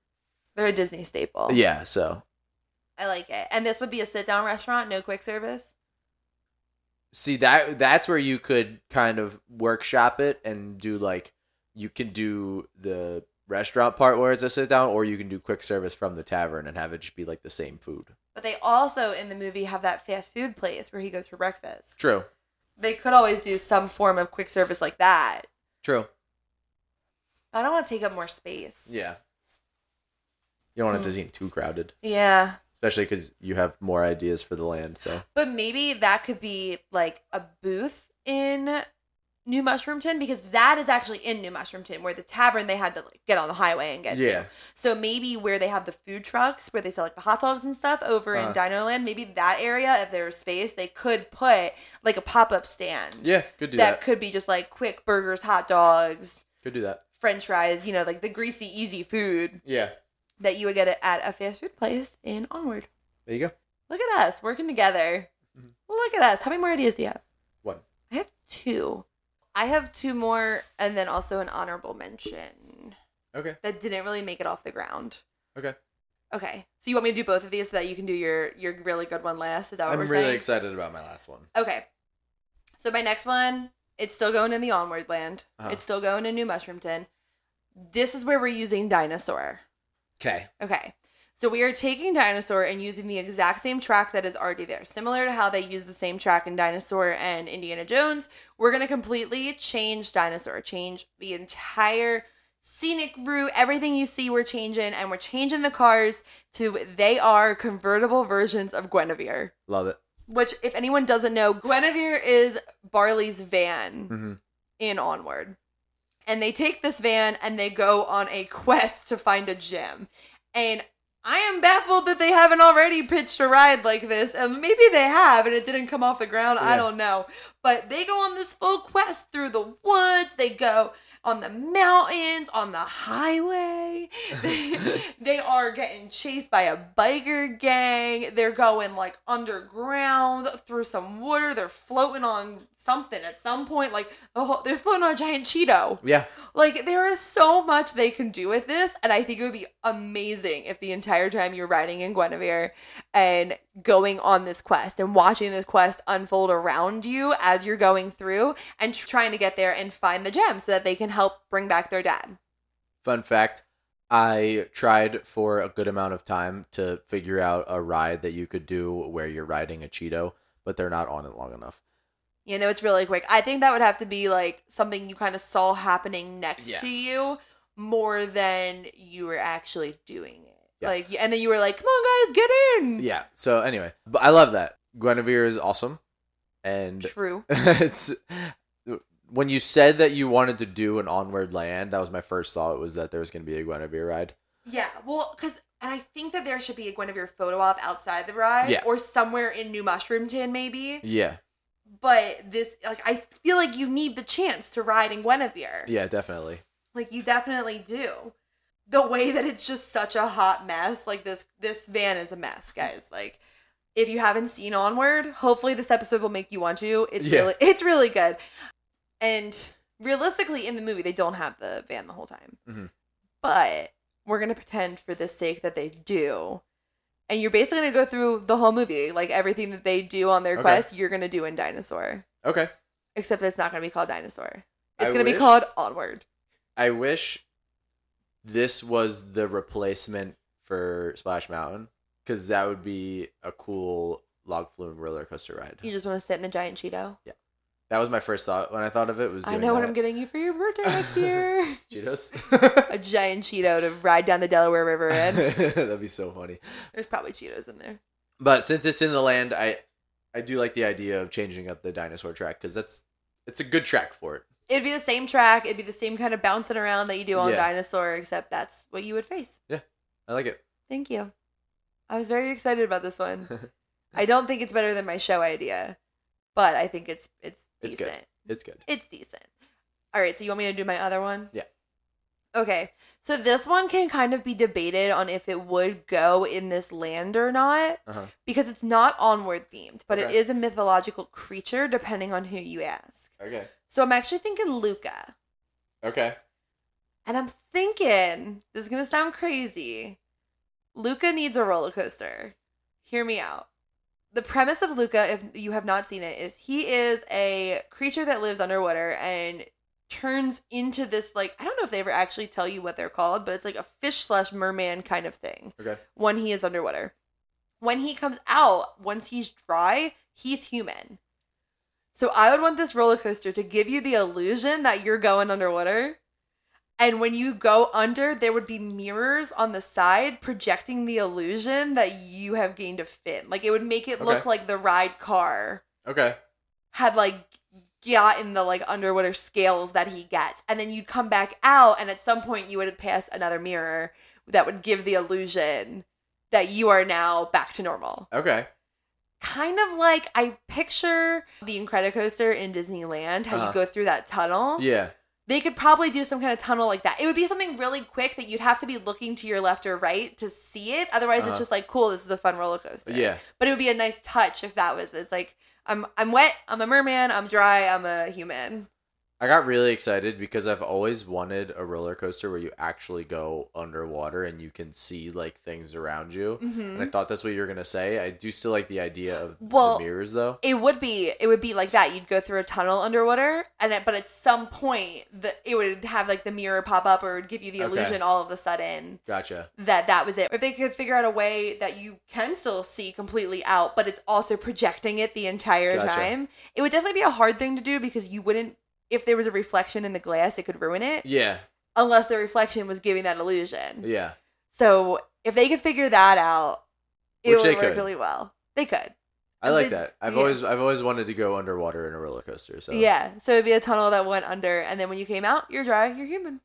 Speaker 1: They're a Disney staple.
Speaker 2: Yeah, so
Speaker 1: I like it. And this would be a sit down restaurant, no quick service.
Speaker 2: See that that's where you could kind of workshop it and do like you can do the restaurant part where it's a sit down, or you can do quick service from the tavern and have it just be like the same food.
Speaker 1: But they also in the movie have that fast food place where he goes for breakfast.
Speaker 2: True.
Speaker 1: They could always do some form of quick service like that.
Speaker 2: True.
Speaker 1: I don't want to take up more space.
Speaker 2: Yeah. You don't want
Speaker 1: Hmm.
Speaker 2: it to seem too crowded,
Speaker 1: Yeah.
Speaker 2: especially because you have more ideas for the land. So
Speaker 1: But maybe that could be like a booth in New Mushroomton because that is actually in New Mushroomton where the tavern they had to like get on the highway and get to. So maybe where they have the food trucks where they sell like the hot dogs and stuff over
Speaker 2: Uh-huh.
Speaker 1: in Dino Land, maybe that area if there was space, they could put like a pop up stand.
Speaker 2: yeah, could
Speaker 1: That,
Speaker 2: do that.
Speaker 1: could be just like quick burgers, hot dogs,
Speaker 2: Could do that.
Speaker 1: French fries, you know, like the greasy, easy food
Speaker 2: Yeah.
Speaker 1: that you would get at a fast food place in Onward.
Speaker 2: There you go.
Speaker 1: Look at us working together.
Speaker 2: Mhm.
Speaker 1: Look at us. How many more ideas do you have?
Speaker 2: One.
Speaker 1: I have two. I have two more, and then also an honorable mention
Speaker 2: Okay.
Speaker 1: that didn't really make it off the ground.
Speaker 2: Okay.
Speaker 1: Okay. So you want me to do both of these so that you can do your your really good one last? Is that what
Speaker 2: I'm
Speaker 1: we're
Speaker 2: really
Speaker 1: saying?
Speaker 2: excited about my last one.
Speaker 1: Okay. So my next one, it's still going in the onward land.
Speaker 2: Uh-huh.
Speaker 1: It's still going in New Mushroomton. This is where we're using dinosaur.
Speaker 2: Okay.
Speaker 1: Okay. So we are taking Dinosaur and using the exact same track that is already there. Similar to how they use the same track in Dinosaur and Indiana Jones, we're going to completely change Dinosaur, change the entire scenic route, everything you see, we're changing, and we're changing the cars to they are convertible versions of Guinevere.
Speaker 2: Love it.
Speaker 1: Which, if anyone doesn't know, Guinevere is Barley's van
Speaker 2: Mm-hmm.
Speaker 1: in Onward. And they take this van and they go on a quest to find a gem. And I am baffled that they haven't already pitched a ride like this. And maybe they have and it didn't come off the ground.
Speaker 2: Yeah.
Speaker 1: I don't know. But they go on this full quest through the woods. They go on the mountains, on the highway. They, they are getting chased by a biker gang. They're going like underground through some water. They're floating on something at some point. Like the whole, they're floating on a giant Cheeto.
Speaker 2: Yeah.
Speaker 1: Like there is so much they can do with this, and I think it would be amazing if the entire time you're riding in Guinevere and going on this quest and watching this quest unfold around you as you're going through and tr- trying to get there and find the gem so that they can help bring back their dad.
Speaker 2: Fun fact I tried for a good amount of time to figure out a ride that you could do where you're riding a Cheeto, but they're not on it long enough.
Speaker 1: You know, it's really quick. I think that would have to be like something you kind of saw happening next
Speaker 2: Yeah.
Speaker 1: to you more than you were actually doing it.
Speaker 2: Yeah.
Speaker 1: Like, and then you were like, "Come on, guys, get in."
Speaker 2: Yeah. So, anyway, but I love that. Guinevere is awesome. And
Speaker 1: True.
Speaker 2: it's when you said that you wanted to do an onward land that was my first thought was that there was going to be a guinevere ride
Speaker 1: Yeah, well, because and I think that there should be a Guinevere photo op outside the ride,
Speaker 2: Yeah.
Speaker 1: or somewhere in New Mushroomton, maybe.
Speaker 2: yeah
Speaker 1: But this, like, I feel like you need the chance to ride in Guinevere.
Speaker 2: yeah definitely
Speaker 1: Like you definitely do. The way that it's just such a hot mess, like this this van is a
Speaker 2: Mm.
Speaker 1: mess, guys. Like if you haven't seen Onward, hopefully this episode will make you want to. It's
Speaker 2: Yeah.
Speaker 1: really it's really good. And realistically in the movie they don't have the van the whole time.
Speaker 2: Mhm.
Speaker 1: But we're going to pretend for the sake that they do. And you're basically going to go through the whole movie, like everything that they do on their
Speaker 2: Okay.
Speaker 1: quest, you're going to do in Dinosaur.
Speaker 2: okay
Speaker 1: Except it's not going to be called Dinosaur. It's
Speaker 2: I
Speaker 1: going to be
Speaker 2: wish-
Speaker 1: called Onward.
Speaker 2: i wish this was the replacement for splash mountain because that would be a cool log flume roller coaster ride
Speaker 1: You just want to sit in a giant Cheeto.
Speaker 2: that was my first thought when i thought of it was
Speaker 1: I
Speaker 2: doing
Speaker 1: know what
Speaker 2: that.
Speaker 1: I'm getting you for your birthday next year.
Speaker 2: cheetos
Speaker 1: a giant Cheeto to ride down the Delaware River in.
Speaker 2: that'd be so funny
Speaker 1: There's probably Cheetos in there.
Speaker 2: but since it's in the land i i do like the idea of changing up the dinosaur track because that's it's a good track for it
Speaker 1: It'd be the same track. It'd be the same kind of bouncing around that you do on
Speaker 2: Yeah.
Speaker 1: Dinosaur, except that's what you would face.
Speaker 2: i like it
Speaker 1: Thank you. I was very excited about this one. I don't think it's better than my show idea, but I think it's it's
Speaker 2: It's
Speaker 1: decent.
Speaker 2: good. it's good
Speaker 1: It's decent. All right, so you want me to do my other one?
Speaker 2: Yeah.
Speaker 1: Okay. So this one can kind of be debated on if it would go in this land or not
Speaker 2: Uh-huh.
Speaker 1: because it's not onward themed, but it
Speaker 2: Okay.
Speaker 1: is a mythological creature depending on who you ask.
Speaker 2: Okay.
Speaker 1: So I'm actually thinking Luca.
Speaker 2: Okay.
Speaker 1: And I'm thinking, this is going to sound crazy. Luca needs a roller coaster. Hear me out. the premise of Luca, if you have not seen it, is he is a creature that lives underwater and turns into this like I don't know if they ever actually tell you what they're called, but it's like a fish slash merman kind of thing
Speaker 2: Okay.
Speaker 1: when he is underwater. When he comes out, once he's dry, he's human. So I would want this roller coaster to give you the illusion that you're going underwater. And when you go under, there would be mirrors on the side projecting the illusion that you have gained a fin. Like it would make it look
Speaker 2: Okay.
Speaker 1: like the ride car
Speaker 2: Okay.
Speaker 1: had like gotten the like underwater scales that he gets and then you'd come back out and at some point you would pass another mirror that would give the illusion that you are now back to normal
Speaker 2: Okay.
Speaker 1: kind of like i picture the incredicoaster in disneyland how
Speaker 2: Uh-huh.
Speaker 1: you go through that tunnel
Speaker 2: Yeah.
Speaker 1: they could probably do some kind of tunnel like that it would be something really quick that you'd have to be looking to your left or right to see it otherwise
Speaker 2: Uh-huh.
Speaker 1: it's just like cool this is a fun roller coaster
Speaker 2: Yeah.
Speaker 1: but it would be a nice touch if that was it's like I'm I'm wet, I'm a merman, I'm dry, I'm a human.
Speaker 2: I got really excited because I've always wanted a roller coaster where you actually go underwater and you can see like things around you. And
Speaker 1: hmm
Speaker 2: I thought that's what you were gonna say. I do still like the idea of
Speaker 1: Well,
Speaker 2: the mirrors though.
Speaker 1: It would be it would be like that. You'd go through a tunnel underwater, and it, but at some point the it would have like the mirror pop up or it would give you the
Speaker 2: Okay.
Speaker 1: illusion all of a sudden
Speaker 2: Gotcha.
Speaker 1: that that was it. If they could figure out a way that you can still see completely out, but it's also projecting it the entire
Speaker 2: Gotcha.
Speaker 1: time, it would definitely be a hard thing to do because you wouldn't. If there was a reflection in the glass, it could ruin it
Speaker 2: Yeah.
Speaker 1: unless the reflection was giving that illusion.
Speaker 2: Yeah.
Speaker 1: So if they could figure that out, it
Speaker 2: Which they
Speaker 1: would work
Speaker 2: could.
Speaker 1: really well. They could.
Speaker 2: I like
Speaker 1: Did-
Speaker 2: that. I've
Speaker 1: yeah.
Speaker 2: always I've always wanted to go underwater in a roller coaster. So
Speaker 1: Yeah. So it'd be a tunnel that went under, and then when you came out, you're dry, you're human.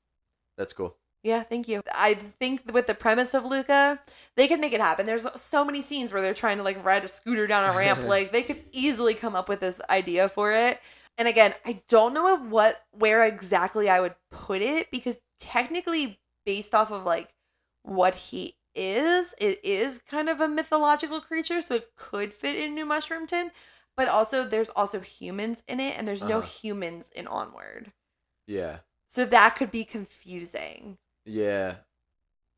Speaker 2: that's cool.
Speaker 1: Yeah, thank you. I think with the premise of Luca, they could make it happen. There's so many scenes where they're trying to like ride a scooter down a ramp. like they could easily come up with this idea for it. And again, I don't know what where exactly I would put it because technically based off of like what he is, it is kind of a mythological creature, so it could fit in New Mushroomton. But also there's also humans in it and there's no
Speaker 2: Uh-huh.
Speaker 1: humans in Onward.
Speaker 2: Yeah.
Speaker 1: So that could be confusing.
Speaker 2: Yeah.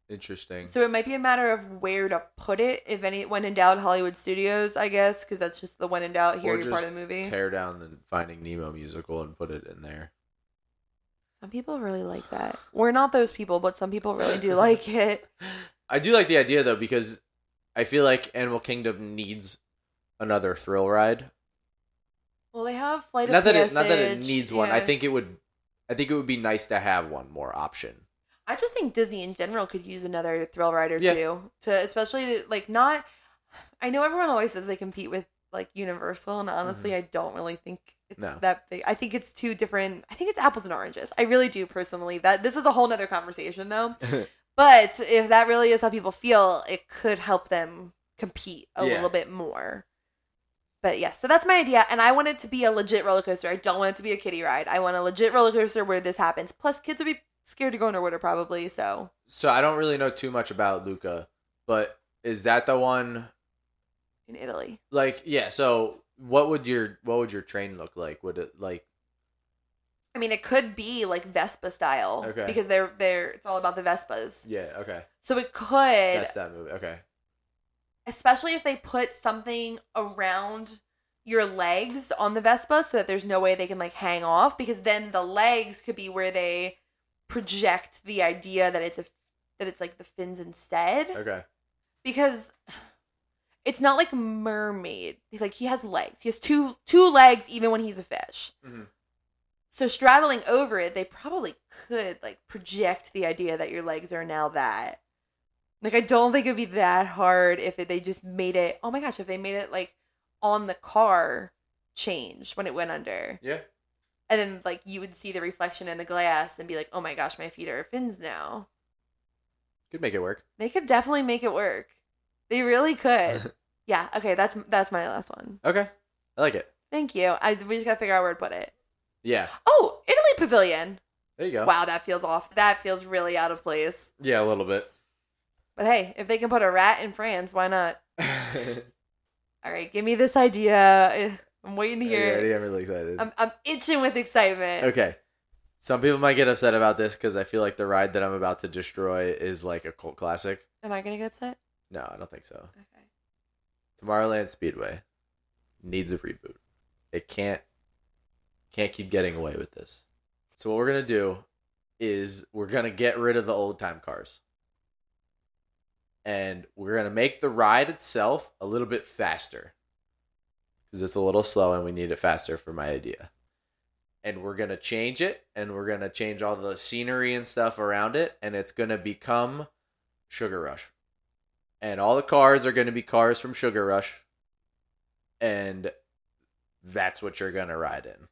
Speaker 2: Interesting.
Speaker 1: So it might be a matter of where to put it, if any. When in doubt, Hollywood Studios, I guess, because that's just the when in doubt. Here,
Speaker 2: Or
Speaker 1: you're part
Speaker 2: just
Speaker 1: of the movie.
Speaker 2: Tear down the Finding Nemo musical and put it in there.
Speaker 1: some people really like that. We're not those people, but some people really do like it.
Speaker 2: I do like the idea though because I feel like Animal Kingdom needs another thrill ride.
Speaker 1: Well, they have flight
Speaker 2: not
Speaker 1: of
Speaker 2: that
Speaker 1: passage.
Speaker 2: it not that it needs one. I
Speaker 1: yeah.
Speaker 2: think it would I think it would be nice to have one more option.
Speaker 1: I just think Disney in general could use another thrill ride or
Speaker 2: Yeah.
Speaker 1: two to, especially to, like not. I know everyone always says they compete with like Universal, and honestly, I don't really think it's
Speaker 2: Mm-hmm. No.
Speaker 1: that big. I think it's two different. I think it's apples and oranges. I really do personally. That this is a whole nother conversation though. But if that really is how people feel, it could help them compete a
Speaker 2: Yeah.
Speaker 1: little bit more. But yeah, so that's my idea. And I want it to be a legit roller coaster. I don't want it to be a kiddie ride. I want a legit roller coaster where this happens. Plus, kids would be scared to go underwater probably. So
Speaker 2: so I don't really know too much about Luca, but is that the one
Speaker 1: in Italy,
Speaker 2: like yeah, so what would your what would your train look like? Would it like
Speaker 1: I mean, it could be like Vespa style
Speaker 2: Okay.
Speaker 1: because they're they're it's all about the Vespas.
Speaker 2: yeah, okay.
Speaker 1: So it could,
Speaker 2: That's that movie. Okay.
Speaker 1: especially if they put something around your legs on the Vespa so that there's no way they can like hang off because then the legs could be where they project the idea that it's a that it's like the fins instead
Speaker 2: Okay.
Speaker 1: because it's not like mermaid he's like he has legs he has two two legs even when he's a fish
Speaker 2: Mhm.
Speaker 1: so straddling over it they probably could like project the idea that your legs are now that like i don't think it'd be that hard if it, they just made it oh my gosh if they made it like on the car change when it went under
Speaker 2: Yeah.
Speaker 1: and then like you would see the reflection in the glass and be like oh my gosh my feet are fins now
Speaker 2: Could make it work.
Speaker 1: they could definitely make it work. They really could. yeah. Okay. That's that's my last one.
Speaker 2: Okay. I like it.
Speaker 1: Thank you. I we just gotta figure out where to put it.
Speaker 2: Yeah.
Speaker 1: Oh, Italy Pavilion.
Speaker 2: There you go.
Speaker 1: Wow, that feels off. That feels really out of place.
Speaker 2: Yeah, a little bit.
Speaker 1: But hey, if they can put a rat in France, why not? All right, give me this idea. Ugh, I'm waiting to
Speaker 2: Yeah,
Speaker 1: hear. it.
Speaker 2: I'm really excited.
Speaker 1: I'm I'm itching with excitement.
Speaker 2: okay. Some people might get upset about this because I feel like the ride that I'm about to destroy is like a cult classic.
Speaker 1: Am I gonna get upset?
Speaker 2: No, I don't think so.
Speaker 1: Okay.
Speaker 2: Tomorrowland Speedway needs a reboot. It can't can't keep getting away with this. So what we're gonna do is we're gonna get rid of the old time cars. And we're gonna make the ride itself a little bit faster. Because it's a little slow and we need it faster for my idea. And we're gonna change it and we're gonna change all the scenery and stuff around it, and it's gonna become Sugar Rush. And all the cars are gonna be cars from Sugar Rush. And that's what you're gonna ride in.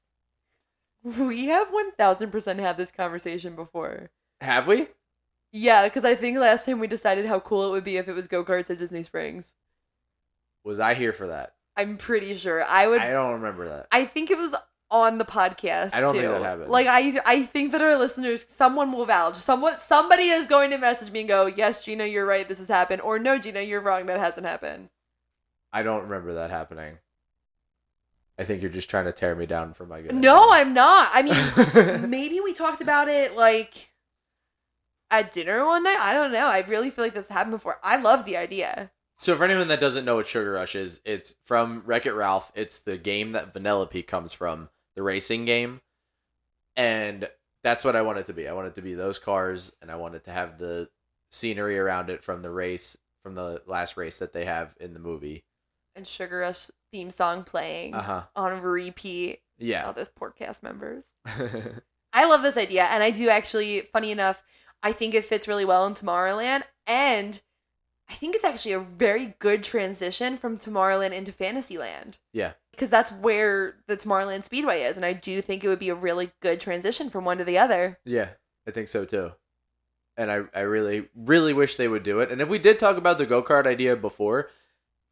Speaker 1: We have 1000% had this conversation before.
Speaker 2: Have we?
Speaker 1: Yeah, because I think last time we decided how cool it would be if it was go karts at Disney Springs.
Speaker 2: Was I here for that?
Speaker 1: I'm pretty sure. I would.
Speaker 2: I
Speaker 1: I,
Speaker 2: don't remember that.
Speaker 1: think it was on the podcast.
Speaker 2: I don't
Speaker 1: too.
Speaker 2: think that happened.
Speaker 1: Like I, I think that our listeners, someone will vouch. Someone, somebody is going to message me and go, "Yes, Gina, you're right. This has happened," or "No, Gina, you're wrong. That hasn't happened."
Speaker 2: I don't remember that happening. I think you're just trying to tear me down for my good.
Speaker 1: No, I'm not. I mean,
Speaker 2: I'm.
Speaker 1: maybe we talked about it like at dinner one night. I don't know. I really feel like this happened before. I love the idea.
Speaker 2: so, for anyone that doesn't know what Sugar Rush is, it's from Wreck It Ralph. It's the game that Vanellope comes from, the racing game. And that's what I want it to be. I want it to be those cars, and I want it to have the scenery around it from the race, from the last race that they have in the movie.
Speaker 1: And Sugar Rush theme song playing
Speaker 2: Uh huh.
Speaker 1: on repeat. All
Speaker 2: Yeah.
Speaker 1: those poor cast members. I love this idea, and I do actually. Funny enough, I think it fits really well in Tomorrowland, and I think it's actually a very good transition from Tomorrowland into Fantasyland.
Speaker 2: Yeah.
Speaker 1: because that's where the Tomorrowland Speedway is, and I do think it would be a really good transition from one to the other.
Speaker 2: Yeah, I think so too. And I, I really, really wish they would do it. And if we did talk about the go kart idea before,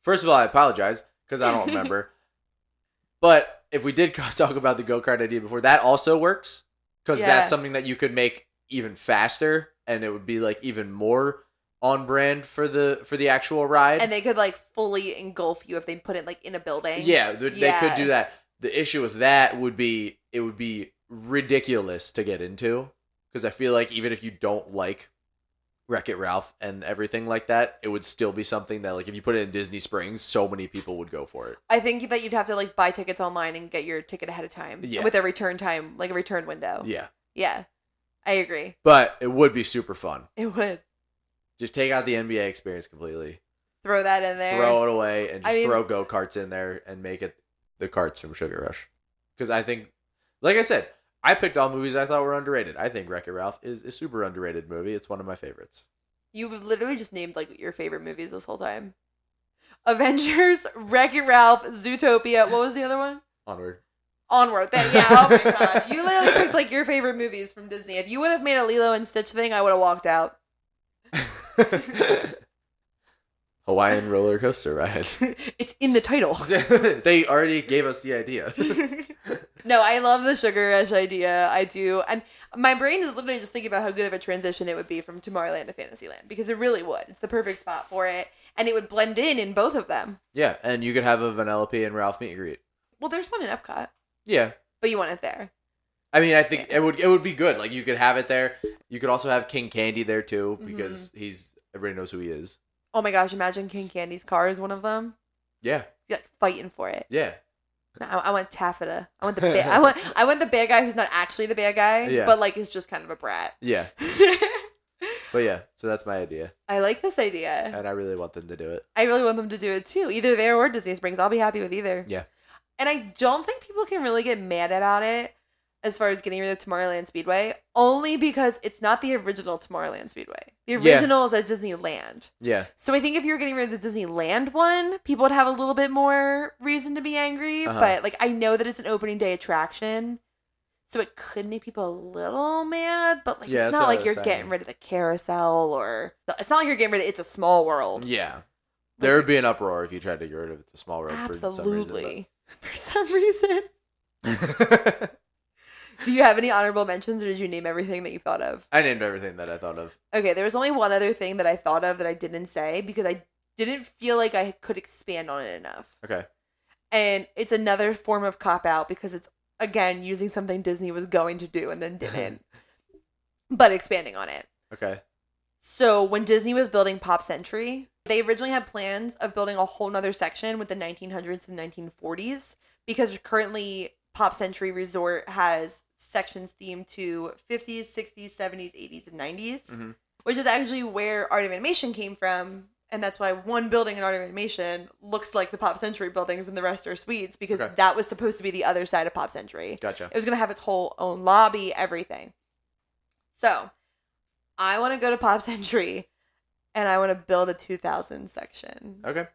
Speaker 2: first of all, I apologize because I don't remember. but if we did talk about the go kart idea before, that also works because
Speaker 1: Yeah.
Speaker 2: that's something that you could make even faster, and it would be like even more on brand for the for the actual ride.
Speaker 1: And they could like fully engulf you if they put it like in a building.
Speaker 2: Yeah, th- they could
Speaker 1: Yeah.
Speaker 2: do that. The issue with that would be it would be ridiculous to get into because I feel like even if you don't like Wreck It Ralph and everything like that, it would still be something that like if you put it in Disney Springs, so many people would go for it.
Speaker 1: I think that you'd have to like buy tickets online and get your ticket ahead of time
Speaker 2: Yeah.
Speaker 1: with a return time, like a return window.
Speaker 2: Yeah,
Speaker 1: Yeah. I agree.
Speaker 2: but it would be super fun.
Speaker 1: It would
Speaker 2: Just take out the NBA experience completely,
Speaker 1: throw that in there.
Speaker 2: throw it away, and just
Speaker 1: I mean-
Speaker 2: throw go karts in there and make it the carts from Sugar Rush. Because I think, like I said. I picked all movies I thought were underrated. I think Wreck It Ralph is a super underrated movie. It's one of my favorites.
Speaker 1: You've literally just named like your favorite movies this whole time. Avengers, Wreck It Ralph, Zootopia. What was the other one?
Speaker 2: Onward.
Speaker 1: Onward. That, yeah. Oh my gosh. You literally picked like your favorite movies from Disney. If you would have made a Lilo and Stitch thing, I would have walked out.
Speaker 2: Hawaiian roller coaster ride.
Speaker 1: it's in the title.
Speaker 2: they already gave us the idea.
Speaker 1: no, I love the Sugar Rush idea. I do. And my brain is literally just thinking about how good of a transition it would be from Tomorrowland to Fantasyland because it really would. It's the perfect spot for it. And it would blend in in both of them.
Speaker 2: yeah, and you could have a Vanellope and Ralph meet and greet.
Speaker 1: Well, there's one in Epcot,
Speaker 2: Yeah.
Speaker 1: but you want it there.
Speaker 2: I mean, I think it would it would be good. Like you could have it there. You could also have King Candy there too because
Speaker 1: Mm-hmm.
Speaker 2: he's everybody knows who he is.
Speaker 1: Oh my gosh, imagine King Candy's car is one of them.
Speaker 2: Yeah.
Speaker 1: Be like fighting for it.
Speaker 2: Yeah.
Speaker 1: No, I, I want Taffeta. I want the big. I want. I want the bad guy who's not actually the bad guy,
Speaker 2: Yeah.
Speaker 1: but like is just kind of a brat.
Speaker 2: Yeah. But yeah, so that's my idea.
Speaker 1: I like this idea.
Speaker 2: And I really want them to do it.
Speaker 1: I really want them to do it too, either there or Disney Springs. I'll be happy with either.
Speaker 2: Yeah.
Speaker 1: And I don't think people can really get mad about it as far as getting rid of Tomorrowland Speedway, only because it's not the original Tomorrowland Speedway. The
Speaker 2: Yeah.
Speaker 1: original is at Disneyland.
Speaker 2: Yeah.
Speaker 1: So I think if you were getting rid of the Disneyland one, people would have a little bit more reason to be angry.
Speaker 2: Uh-huh.
Speaker 1: But like I know that it's an opening day attraction. So it could make people a little mad, but like
Speaker 2: Yeah,
Speaker 1: it's
Speaker 2: that's
Speaker 1: not
Speaker 2: what I
Speaker 1: like
Speaker 2: was
Speaker 1: you're
Speaker 2: saying.
Speaker 1: getting rid of the carousel or it's not like you're getting rid of it's a small world.
Speaker 2: Yeah. There would be an uproar if you tried to get rid of the small road
Speaker 1: Absolutely. For some reason.
Speaker 2: for some reason. but-
Speaker 1: Do you have any honorable mentions or did you name everything that you thought of?
Speaker 2: I named everything that I thought of.
Speaker 1: Okay, there was only one other thing that I thought of that I didn't say because I didn't feel like I could expand on it enough.
Speaker 2: Okay.
Speaker 1: And it's another form of cop out because it's again using something Disney was going to do and then didn't, but expanding on it.
Speaker 2: Okay.
Speaker 1: So when Disney was building Pop Century, They originally had plans of building a whole nother section with the 1900s and 1940s because currently Pop Century Resort has sections themed to 50s, 60s, 70s, 80s, and 90s,
Speaker 2: Mhm.
Speaker 1: which is actually where Art of Animation came from. And that's why one building in Art of Animation looks like the Pop Century buildings and the rest are suites because
Speaker 2: Okay.
Speaker 1: that was supposed to be the other side of Pop Century.
Speaker 2: Gotcha.
Speaker 1: It was going to have its whole own lobby, everything. So, I want to go to Pop Century and I want to build a 2000 section.
Speaker 2: Okay.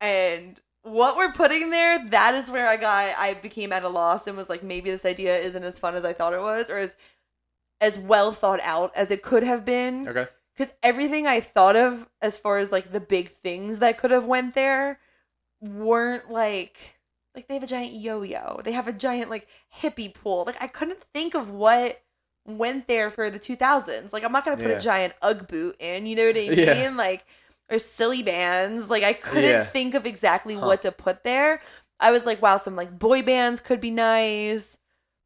Speaker 1: And what we're putting there, that is where I got I became at a loss and was like maybe this idea isn't as fun as I thought it was or as as well thought out as it could have been
Speaker 2: Okay.
Speaker 1: because everything I thought of as far as like the big things that could have went there weren't like like they have a giant yo-yo. They have a giant like hippie pool. Like I couldn't think of what went there for the 2000s. Like I'm not gonna put
Speaker 2: Yeah.
Speaker 1: a giant UGG boot in. You know what I mean?
Speaker 2: Yeah.
Speaker 1: Like or silly bands. Like I couldn't
Speaker 2: Yeah.
Speaker 1: think of exactly
Speaker 2: Huh.
Speaker 1: what to put there. I was like, wow, some like boy bands could be nice.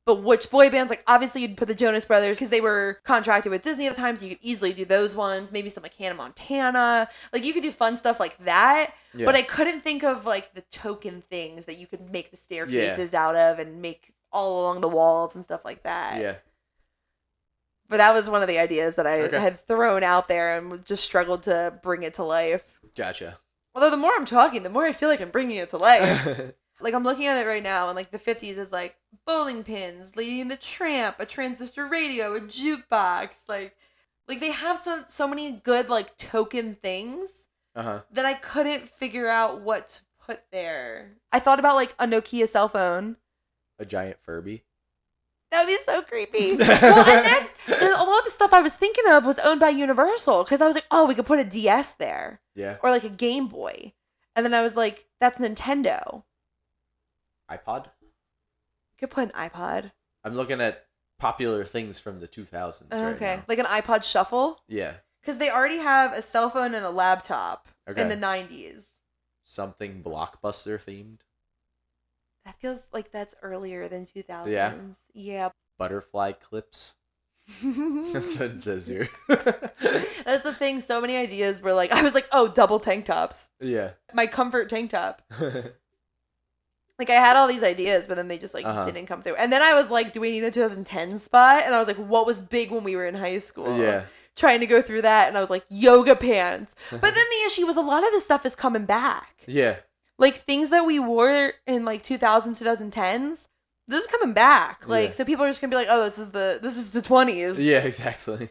Speaker 1: But which boy bands? Like, obviously, you'd put the Jonas Brothers because they were contracted with Disney at the time, so you could easily do those ones. Maybe some like Hannah Montana. Like, you could do fun stuff like that.
Speaker 2: Yeah.
Speaker 1: But I couldn't think of like the token things that you could make the staircases out of and make all along the walls and stuff like that.
Speaker 2: yeah.
Speaker 1: But that was one of the ideas that I
Speaker 2: Okay.
Speaker 1: had thrown out there and just struggled to bring it to life.
Speaker 2: Gotcha.
Speaker 1: Although, the more I'm talking, the more I feel like I'm bringing it to life. Like I'm looking at it right now, and like the 50s is like bowling pins, Lady and the Tramp, a transistor radio, a jukebox, like like they have so so many good like token things
Speaker 2: uh-huh.
Speaker 1: that I couldn't figure out what to put there. I thought about like a Nokia cell phone.
Speaker 2: A giant Furby.
Speaker 1: That would be so creepy. well, and then the, a lot of the stuff I was thinking of was owned by Universal because I was like, oh, we could put a DS there
Speaker 2: Yeah.
Speaker 1: or like a Game Boy, and then I was like, that's Nintendo.
Speaker 2: iPod.
Speaker 1: You could put an iPod.
Speaker 2: I'm looking at popular things from the 2000s right
Speaker 1: okay,
Speaker 2: now.
Speaker 1: like an iPod Shuffle.
Speaker 2: Yeah.
Speaker 1: Because they already have a cell phone and a laptop
Speaker 2: Okay.
Speaker 1: in the 90s.
Speaker 2: Something blockbuster themed.
Speaker 1: That feels like that's earlier than 2000s. Yeah.
Speaker 2: Butterfly clips. That's what it says here.
Speaker 1: that's the thing. So many ideas were like, I was like, oh, double tank tops.
Speaker 2: yeah.
Speaker 1: My comfort tank top. Like I had all these ideas, but then they just like
Speaker 2: Uh-huh.
Speaker 1: didn't come through. And then I was like, do we need a 2010 spot? And I was like, what was big when we were in high school?
Speaker 2: yeah.
Speaker 1: Trying to go through that, and I was like, yoga pants. But then the issue was a lot of this stuff is coming back.
Speaker 2: yeah.
Speaker 1: like things that we wore in like 2000 2010s this is coming back like
Speaker 2: Yeah.
Speaker 1: so people are just gonna be like oh this is the this is the 20s
Speaker 2: Yeah, exactly.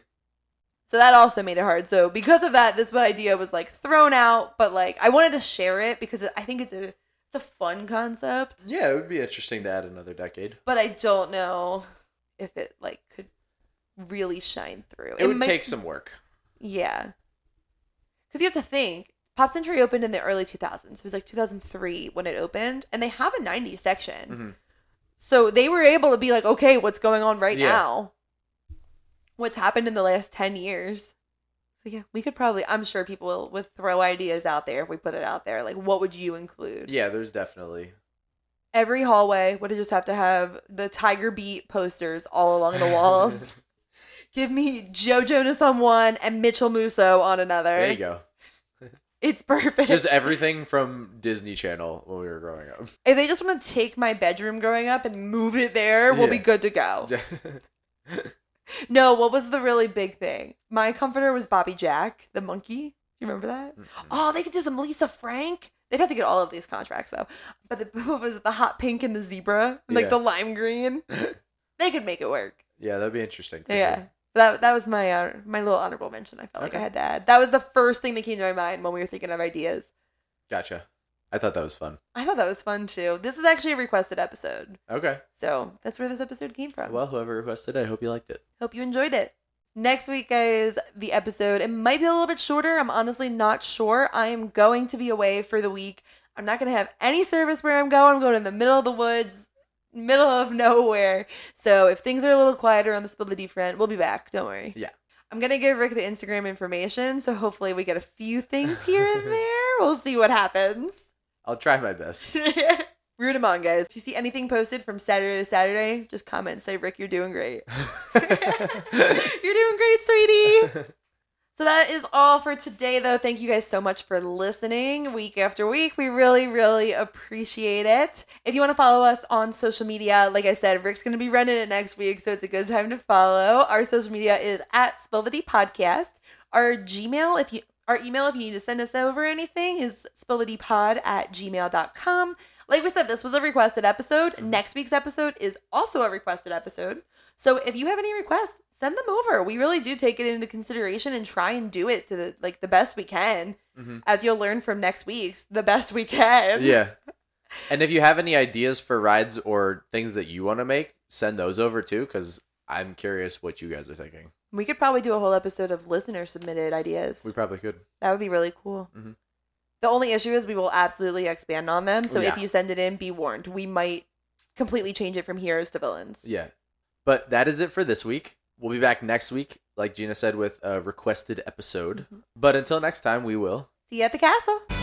Speaker 1: so that also made it hard so because of that this one idea was like thrown out but like i wanted to share it because i think it's a it's a fun concept
Speaker 2: Yeah, it would be interesting to add another decade.
Speaker 1: but i don't know if it like could really shine through
Speaker 2: It, would
Speaker 1: might-
Speaker 2: take some work.
Speaker 1: yeah because you have to think pop century opened in the early 2000s it was like 2003 when it opened and they have a 90s section
Speaker 2: Mhm.
Speaker 1: So they were able to be like, okay, what's going on right
Speaker 2: Yeah.
Speaker 1: now? What's happened in the last 10 years? So yeah, we could probably, I'm sure people will, would throw ideas out there if we put it out there. Like, what would you include?
Speaker 2: Yeah, there's definitely.
Speaker 1: Every hallway would just have to have the Tiger Beat posters all along the walls. Give me Joe Jonas on one and Mitchell Musso on another.
Speaker 2: there you go.
Speaker 1: It's perfect.
Speaker 2: Just everything from Disney Channel when we were growing up.
Speaker 1: if they just want to take my bedroom growing up and move it there, we'll be
Speaker 2: Yeah.
Speaker 1: good to go. Oh. No, what was the really big thing? My comforter was Bobby Jack, the monkey. Do you remember that? Oh, they could do some Lisa Frank. They'd have to get all of these contracts though. But the, what was it? The hot pink and the zebra, and, like
Speaker 2: Yeah.
Speaker 1: the lime green. they could make it work.
Speaker 2: yeah, that'd be interesting. for
Speaker 1: Yeah.
Speaker 2: sure.
Speaker 1: That, that was my uh, my little honorable mention. I felt like
Speaker 2: Okay.
Speaker 1: I had to add. That was the first thing that came to my mind when we were thinking of ideas.
Speaker 2: Gotcha. I thought that was fun.
Speaker 1: I thought that was fun too. This is actually a requested episode,
Speaker 2: Okay.
Speaker 1: so that's where this episode came from.
Speaker 2: Well, whoever requested it, I hope you liked it.
Speaker 1: Hope you enjoyed it. Next week, guys, the episode, it might be a little bit shorter. I'm honestly not sure. I am going to be away for the week. I'm not going to have any service where I'm going. I'm going in the middle of the woods, middle of nowhere. So if things are a little quieter on the Spill the D front, we'll be back. Don't worry.
Speaker 2: Yeah.
Speaker 1: I'm going to give Rick the Instagram information. So hopefully we get a few things here and there. We'll see what happens.
Speaker 2: I'll try my best.
Speaker 1: Root 'em on, guys. If you see anything posted from Saturday to Saturday, just comment, say, Rick, you're doing great. You're doing great, sweetie. So that is all for today, though. Thank you guys so much for listening week after week. We really, really appreciate it. If you want to follow us on social media, like I said, Rick's going to be running it next week, so it's a good time to follow. Our social media is at Spill the Tea Podcast. Our Gmail, if you our email, if you need to send us over anything, is spillitypod at gmail.com. Like we said, this was a requested episode. Next week's episode is also a requested episode. So if you have any requests, send them over. We really do take it into consideration and try and do it to the like the best we can.
Speaker 2: Mhm.
Speaker 1: As you'll learn from next week's, the best we can.
Speaker 2: Yeah. And if you have any ideas for rides or things that you want to make, send those over too, because I'm curious what you guys are thinking.
Speaker 1: We could probably do a whole episode of listener submitted ideas.
Speaker 2: We probably could.
Speaker 1: That would be really cool.
Speaker 2: Mhm.
Speaker 1: The only issue is we will absolutely expand on them. So if
Speaker 2: Yeah.
Speaker 1: you send it in, be warned. We might completely change it from heroes to villains.
Speaker 2: Yeah. But that is it for this week. We'll be back next week, like Gina said, with a requested episode. But until next time, we will.
Speaker 1: See you at the castle.